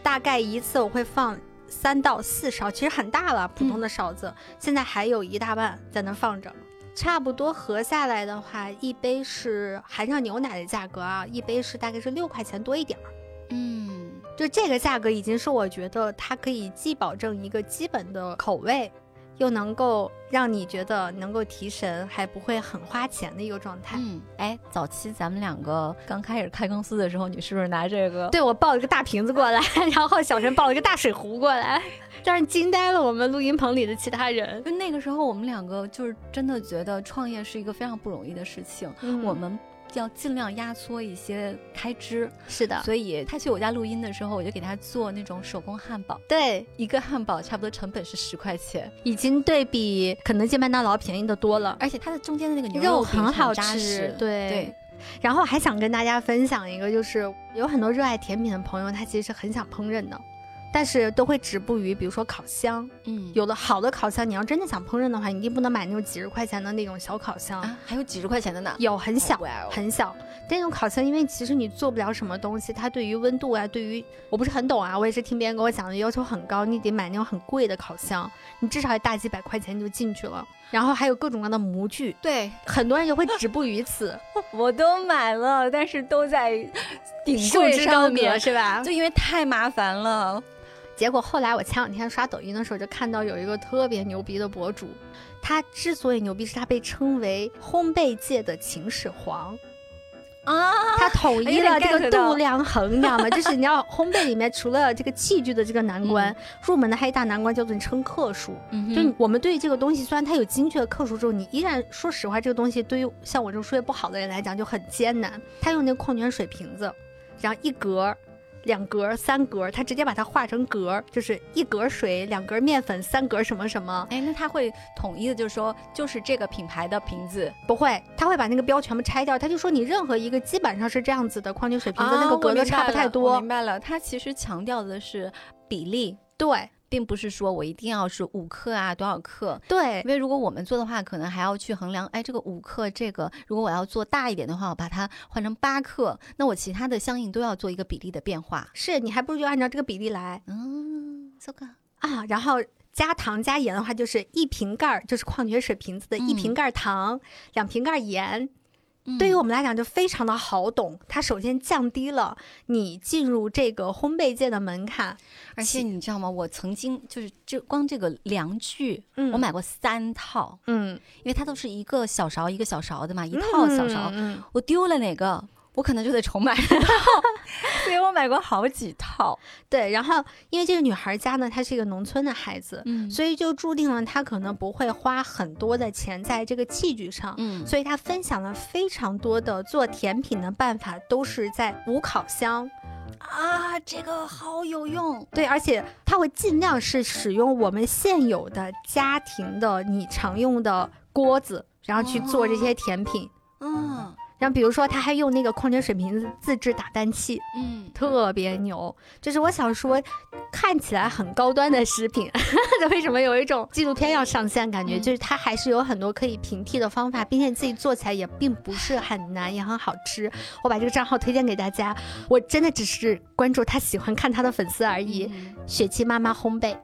S1: 大概一次我会放。三到四勺，其实很大了，普通的勺子。现在还有一大半在那放着，差不多合下来的话，一杯是含上牛奶的价格啊，一杯是大概是六块钱多一点儿。
S2: 嗯
S1: 就这个价格已经是我觉得它可以既保证一个基本的口味，又能够让你觉得能够提神，还不会很花钱的一个状态。
S2: 嗯，哎，早期咱们两个刚开始开公司的时候，你是不是拿这个？
S1: 对我抱了个大瓶子过来， 然后小陈抱了个大水壶过来，让人惊呆了我们录音棚里的其他人。
S2: 就那个时候，我们两个就是真的觉得创业是一个非常不容易的事情，我们要尽量压缩一些开支。
S1: 是的，
S2: 所以他去我家录音的时候，我就给他做那种手工汉堡，
S1: 对，
S2: 一个汉堡差不多成本是十块钱，
S1: 已经对比肯德基、麦当劳便宜的多了。
S2: 而且它的中间的那个牛
S1: 肉
S2: 饼
S1: 很好
S2: 扎
S1: 吃
S2: 实，
S1: 对
S2: 对，
S1: 然后还想跟大家分享一个，就是有很多热爱甜品的朋友，他其实是很想烹饪的，但是都会止步于比如说烤箱。
S2: 嗯
S1: 有了好的烤箱，你要真的想烹饪的话，你一定不能买那种几十块钱的那种小烤箱，
S2: 啊，还有几十块钱的呢，
S1: 有很小。
S2: 哇哦
S1: 很小，但那种烤箱，因为其实你做不了什么东西，它对于温度啊，对于我不是很懂啊，我也是听别人跟我讲的，要求很高，你得买那种很贵的烤箱，你至少也大几百块钱就进去了，然后还有各种各样的模具，
S2: 对
S1: 很多人也会止步于 此，
S2: 我都买了，但是都在顶
S1: 束
S2: 柜
S1: 之高
S2: 上
S1: 阁
S2: 面，
S1: 是吧？
S2: 就因为太麻烦了。
S1: 结果后来我前两天刷抖音的时候，就看到有一个特别牛逼的博主，他之所以牛逼，是他被称为烘焙界的秦始 皇。
S2: 啊，
S1: 他统一了这
S2: 有点
S1: 个
S2: get 到
S1: 度量衡，你知道 吗？就是你要烘焙里面除了这个器具的这个难关，入门的还有一大难关叫做你称克数。
S2: 嗯
S1: 就你我们对于这个东西，虽然它有精确的克数之后，你依然说实话，这个东西对于像我这种数学不好的人来讲就很艰难。他用那个矿泉水瓶子，然后一格儿、两格儿、三格儿，他直接把它画成格儿，就是一格儿水、两格儿面粉、三格儿什么什么，
S2: 哎，那他会统一的，就是说，就是这个品牌的瓶子，
S1: 不会，他会把那个标全部拆掉。他就说你任何一个基本上是这样子的矿泉水瓶子，那个格
S2: 啊我
S1: 都
S2: 明
S1: 差不
S2: 白
S1: 太
S2: 了
S1: 多
S2: 我。明白了，他其实强调的是比例，
S1: 对
S2: 并不是说我一定要是五克啊多少克，
S1: 对
S2: 因为如果我们做的话，可能还要去衡量，哎，这个五克，这个如果我要做大一点的话，我把它换成八克，那我其他的相应都要做一个比例的变化。
S1: 是你还不如就按照这个比例来
S2: 嗯，这个
S1: 啊，然后。加糖加盐的话，就是一瓶盖儿，就是矿泉水瓶子的一瓶
S2: 嗯
S1: 盖儿糖，两瓶盖儿盐。对
S2: 哦
S1: 于我们来讲就非常的好懂。它首先降低了你进入这个烘焙界的门槛。
S2: 而且
S1: 起
S2: 你知道吗？我曾经就是这光这个量具，
S1: 嗯
S2: 我买过三套，
S1: 嗯
S2: 因为它都是一个小勺一个小勺的嘛，一套小勺。
S1: 嗯嗯
S2: 我丢了哪个？我可能就得 重买一套，所以我买过好几套。
S1: 对，然后因为这个女孩家呢，她是一个农村的孩子，
S2: 嗯
S1: 所以就注定了她可能不会花很多的钱在这个器具上。
S2: 嗯
S1: 所以她分享了非常多的做甜品的办法，都是在无烤箱。
S2: 啊，这个好有用。
S1: 对，而且她会尽量是使用我们现有的家庭的你常用的锅子，然后去做这些甜品。
S2: 嗯
S1: 然后比如说，她还用那个矿泉水瓶子自制打蛋器，
S2: 嗯，
S1: 特别牛。就是我想说，看起来很高端的食品， 为什么有一种纪录片要上线感觉？
S2: 嗯
S1: 就是它还是有很多可以平替的方法，并且自己做起来也并不是很难，也很好吃。我把这个账号推荐给大家，我真的只是关注他喜欢看他的粉丝而
S2: 嗯
S1: 已。雪琪妈妈烘焙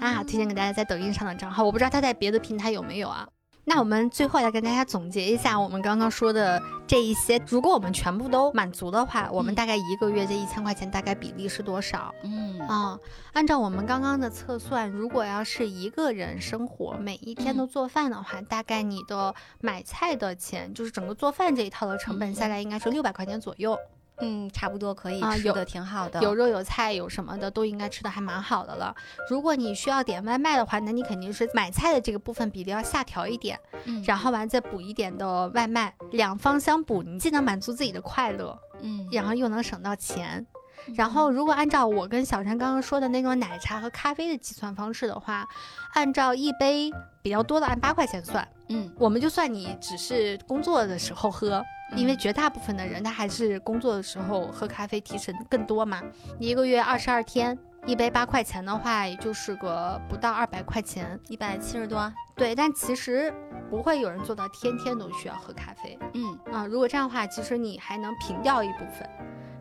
S1: 啊，推荐给大家在抖音上的账号，我不知道他在别的平台有没有啊。那我们最后来跟大家总结一下我们刚刚说的这一些，如果我们全部都满足的话，我们
S2: 嗯
S1: 大概一个月这一千块钱大概比例是多少？
S2: 嗯啊，
S1: 啊、按照我们刚刚的测算，如果要是一个人生活，每一天都
S2: 嗯
S1: 做饭的话，大概你的买菜的钱，就是整个做饭这一套的成本下
S2: 嗯
S1: 来应该是六百块钱左右，
S2: 嗯，差不多可以
S1: 啊
S2: 吃
S1: 有
S2: 的挺好的。
S1: 有肉有菜有什么的都应该吃的还蛮好的了。如果你需要点外卖的话，那你肯定是买菜的这个部分比例要下调一点，
S2: 嗯，
S1: 然后完再补一点的外卖，两方相补，你既能满足自己的快乐，
S2: 嗯，
S1: 然后又能省到钱。然后，如果按照我跟小山刚刚说的那种奶茶和咖啡的计算方式的话，按照一杯比较多的按八块钱算，
S2: 嗯，
S1: 我们就算你只是工作的时候喝，因为
S2: 嗯
S1: 绝大部分的人他还是工作的时候喝咖啡提神更多嘛。你一个月二十二天，一杯八块钱的话，也就是个不到二百块钱。
S2: 一百七十多，
S1: 对，但其实不会有人做到天天都需要喝咖啡。
S2: 嗯
S1: 啊、如果这样的话，其实你还能平掉一部分，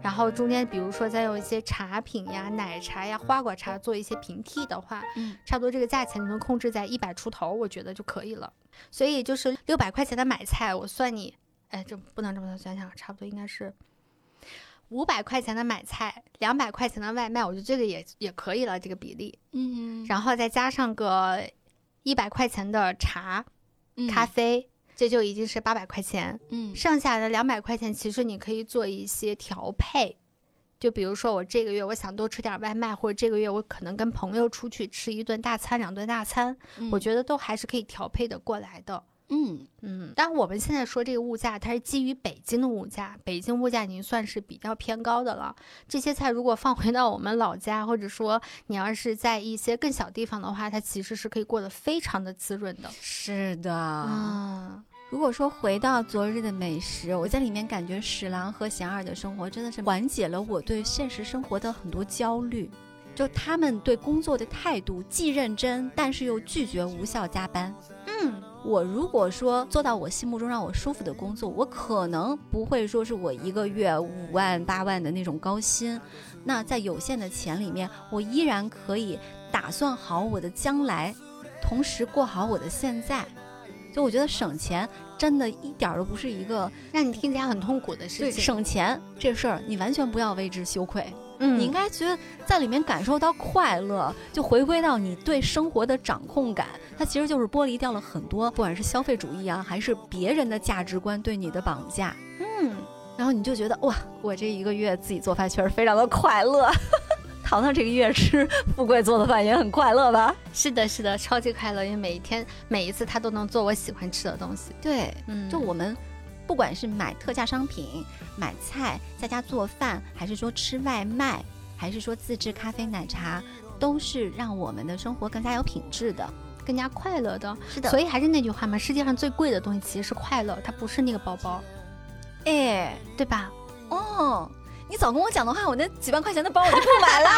S1: 然后中间比如说再用一些茶品呀、奶茶呀、花果茶做一些平替的话，
S2: 嗯
S1: 差不多这个价钱你能控制在一百出头，我觉得就可以了。所以就是六百块钱的买菜，我算你，哎，这不能这么算，想想差不多应该是。五百块钱的买菜，两百块钱的外卖，我觉得这个也也可以了，这个比例。
S2: 嗯，
S1: 然后再加上个一百块钱的茶、
S2: 后
S1: 咖，啡，这就已经是八百块钱。
S2: 嗯
S1: 剩下的两百块钱，其实你可以做一些调配，就比如说我这个月我想多吃点外卖，或者这个月我可能跟朋友出去吃一顿大餐、两顿大餐，
S2: 嗯，
S1: 我觉得都还是可以调配的过来的。
S2: 嗯
S1: 嗯，但我们现在说这个物价，它是基于北京的物价，北京物价已经算是比较偏高的了。这些菜如果放回到我们老家，或者说你要是在一些更小地方的话，它其实是可以过得非常的滋润的。
S2: 是的。
S1: 啊，
S2: 如果说回到昨日的美食，我在里面感觉史郎和贤二的生活真的是缓解了我对现实生活的很多焦虑。就他们对工作的态度既认真，但是又拒绝无效加班。
S1: 嗯，
S2: 我如果说做到我心目中让我舒服的工作，我可能不会说是我一个月五万八万的那种高薪，那在有限的钱里面，我依然可以打算好我的将来，同时过好我的现在。所以我觉得省钱真的一点儿都不是一个
S1: 让你听起来很痛苦的事
S2: 对
S1: 情，
S2: 省钱这事儿，你完全不要为之羞愧，
S1: 嗯
S2: 你应该觉得在里面感受到快乐，就回归到你对生活的掌控感。它其实就是剥离掉了很多，不管是消费主义啊，还是别人的价值观对你的绑架。
S1: 嗯。
S2: 然后你就觉得哇，我这一个月自己做饭确实非常的快乐。 糖糖这个月吃富贵做的饭也很快乐吧？
S1: 是的，是的，超级快乐，因为每一天每一次他都能做我喜欢吃的东西。
S2: 对，
S1: 嗯
S2: 就我们不管是买特价商品、买菜、在家做饭，还是说吃外卖，还是说自制咖啡奶茶，都是让我们的生活更加有品质的。
S1: 更加快乐的，
S2: 是
S1: 所以还是那句话嘛，世界上最贵的东西其实是快乐，它不是那个包 包，
S2: 哎，
S1: 对吧？
S2: 哦，你早跟我讲的话，我那几万块钱的包我就不买 了。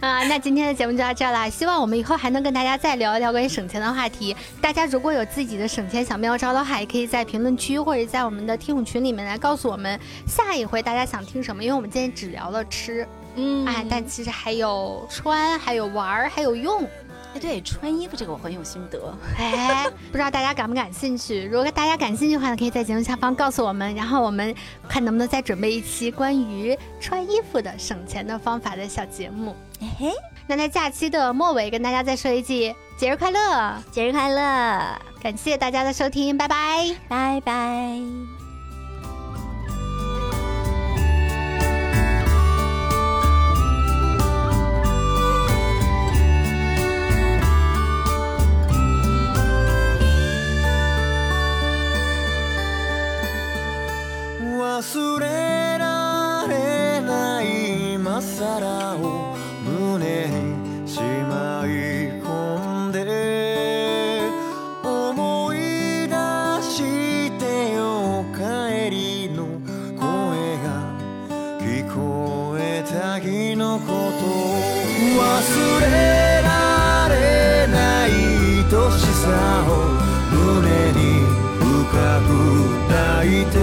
S1: 啊、那今天的节目就到这儿啦，希望我们以后还能跟大家再聊一聊关于省钱的话题。大家如果有自己的省钱小妙招的话，也可以在评论区或者在我们的听友群里面来告诉我们下一回大家想听什么，因为我们今天只聊了吃，
S2: 嗯
S1: 哎，但其实还有穿，还有玩儿，还有用。
S2: 哎对，穿衣服这个我很有心得。
S1: 哎，不知道大家感不感兴趣？如果大家感兴趣的话呢，可以在节目下方告诉我们，然后我们看能不能再准备一期关于穿衣服的省钱的方法的小节目。
S2: 嘿哎嘿，
S1: 那在假期的末尾，跟大家再说一句节日快乐！
S2: 节日快乐，
S1: 感谢大家的收听，拜拜。
S2: 拜拜。
S3: 「忘れられない今更を胸にしまい込んで思い出してよ帰りの声が聞こえた日のこと忘れられない愛しさを胸に深く抱いて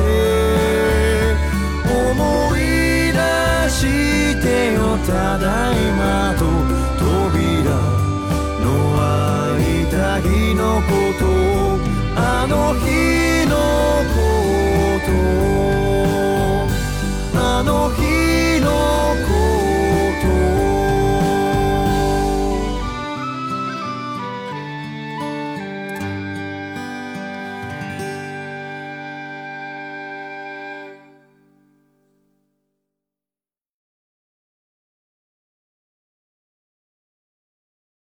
S3: 思い出してよただいまと扉の開いた日のこと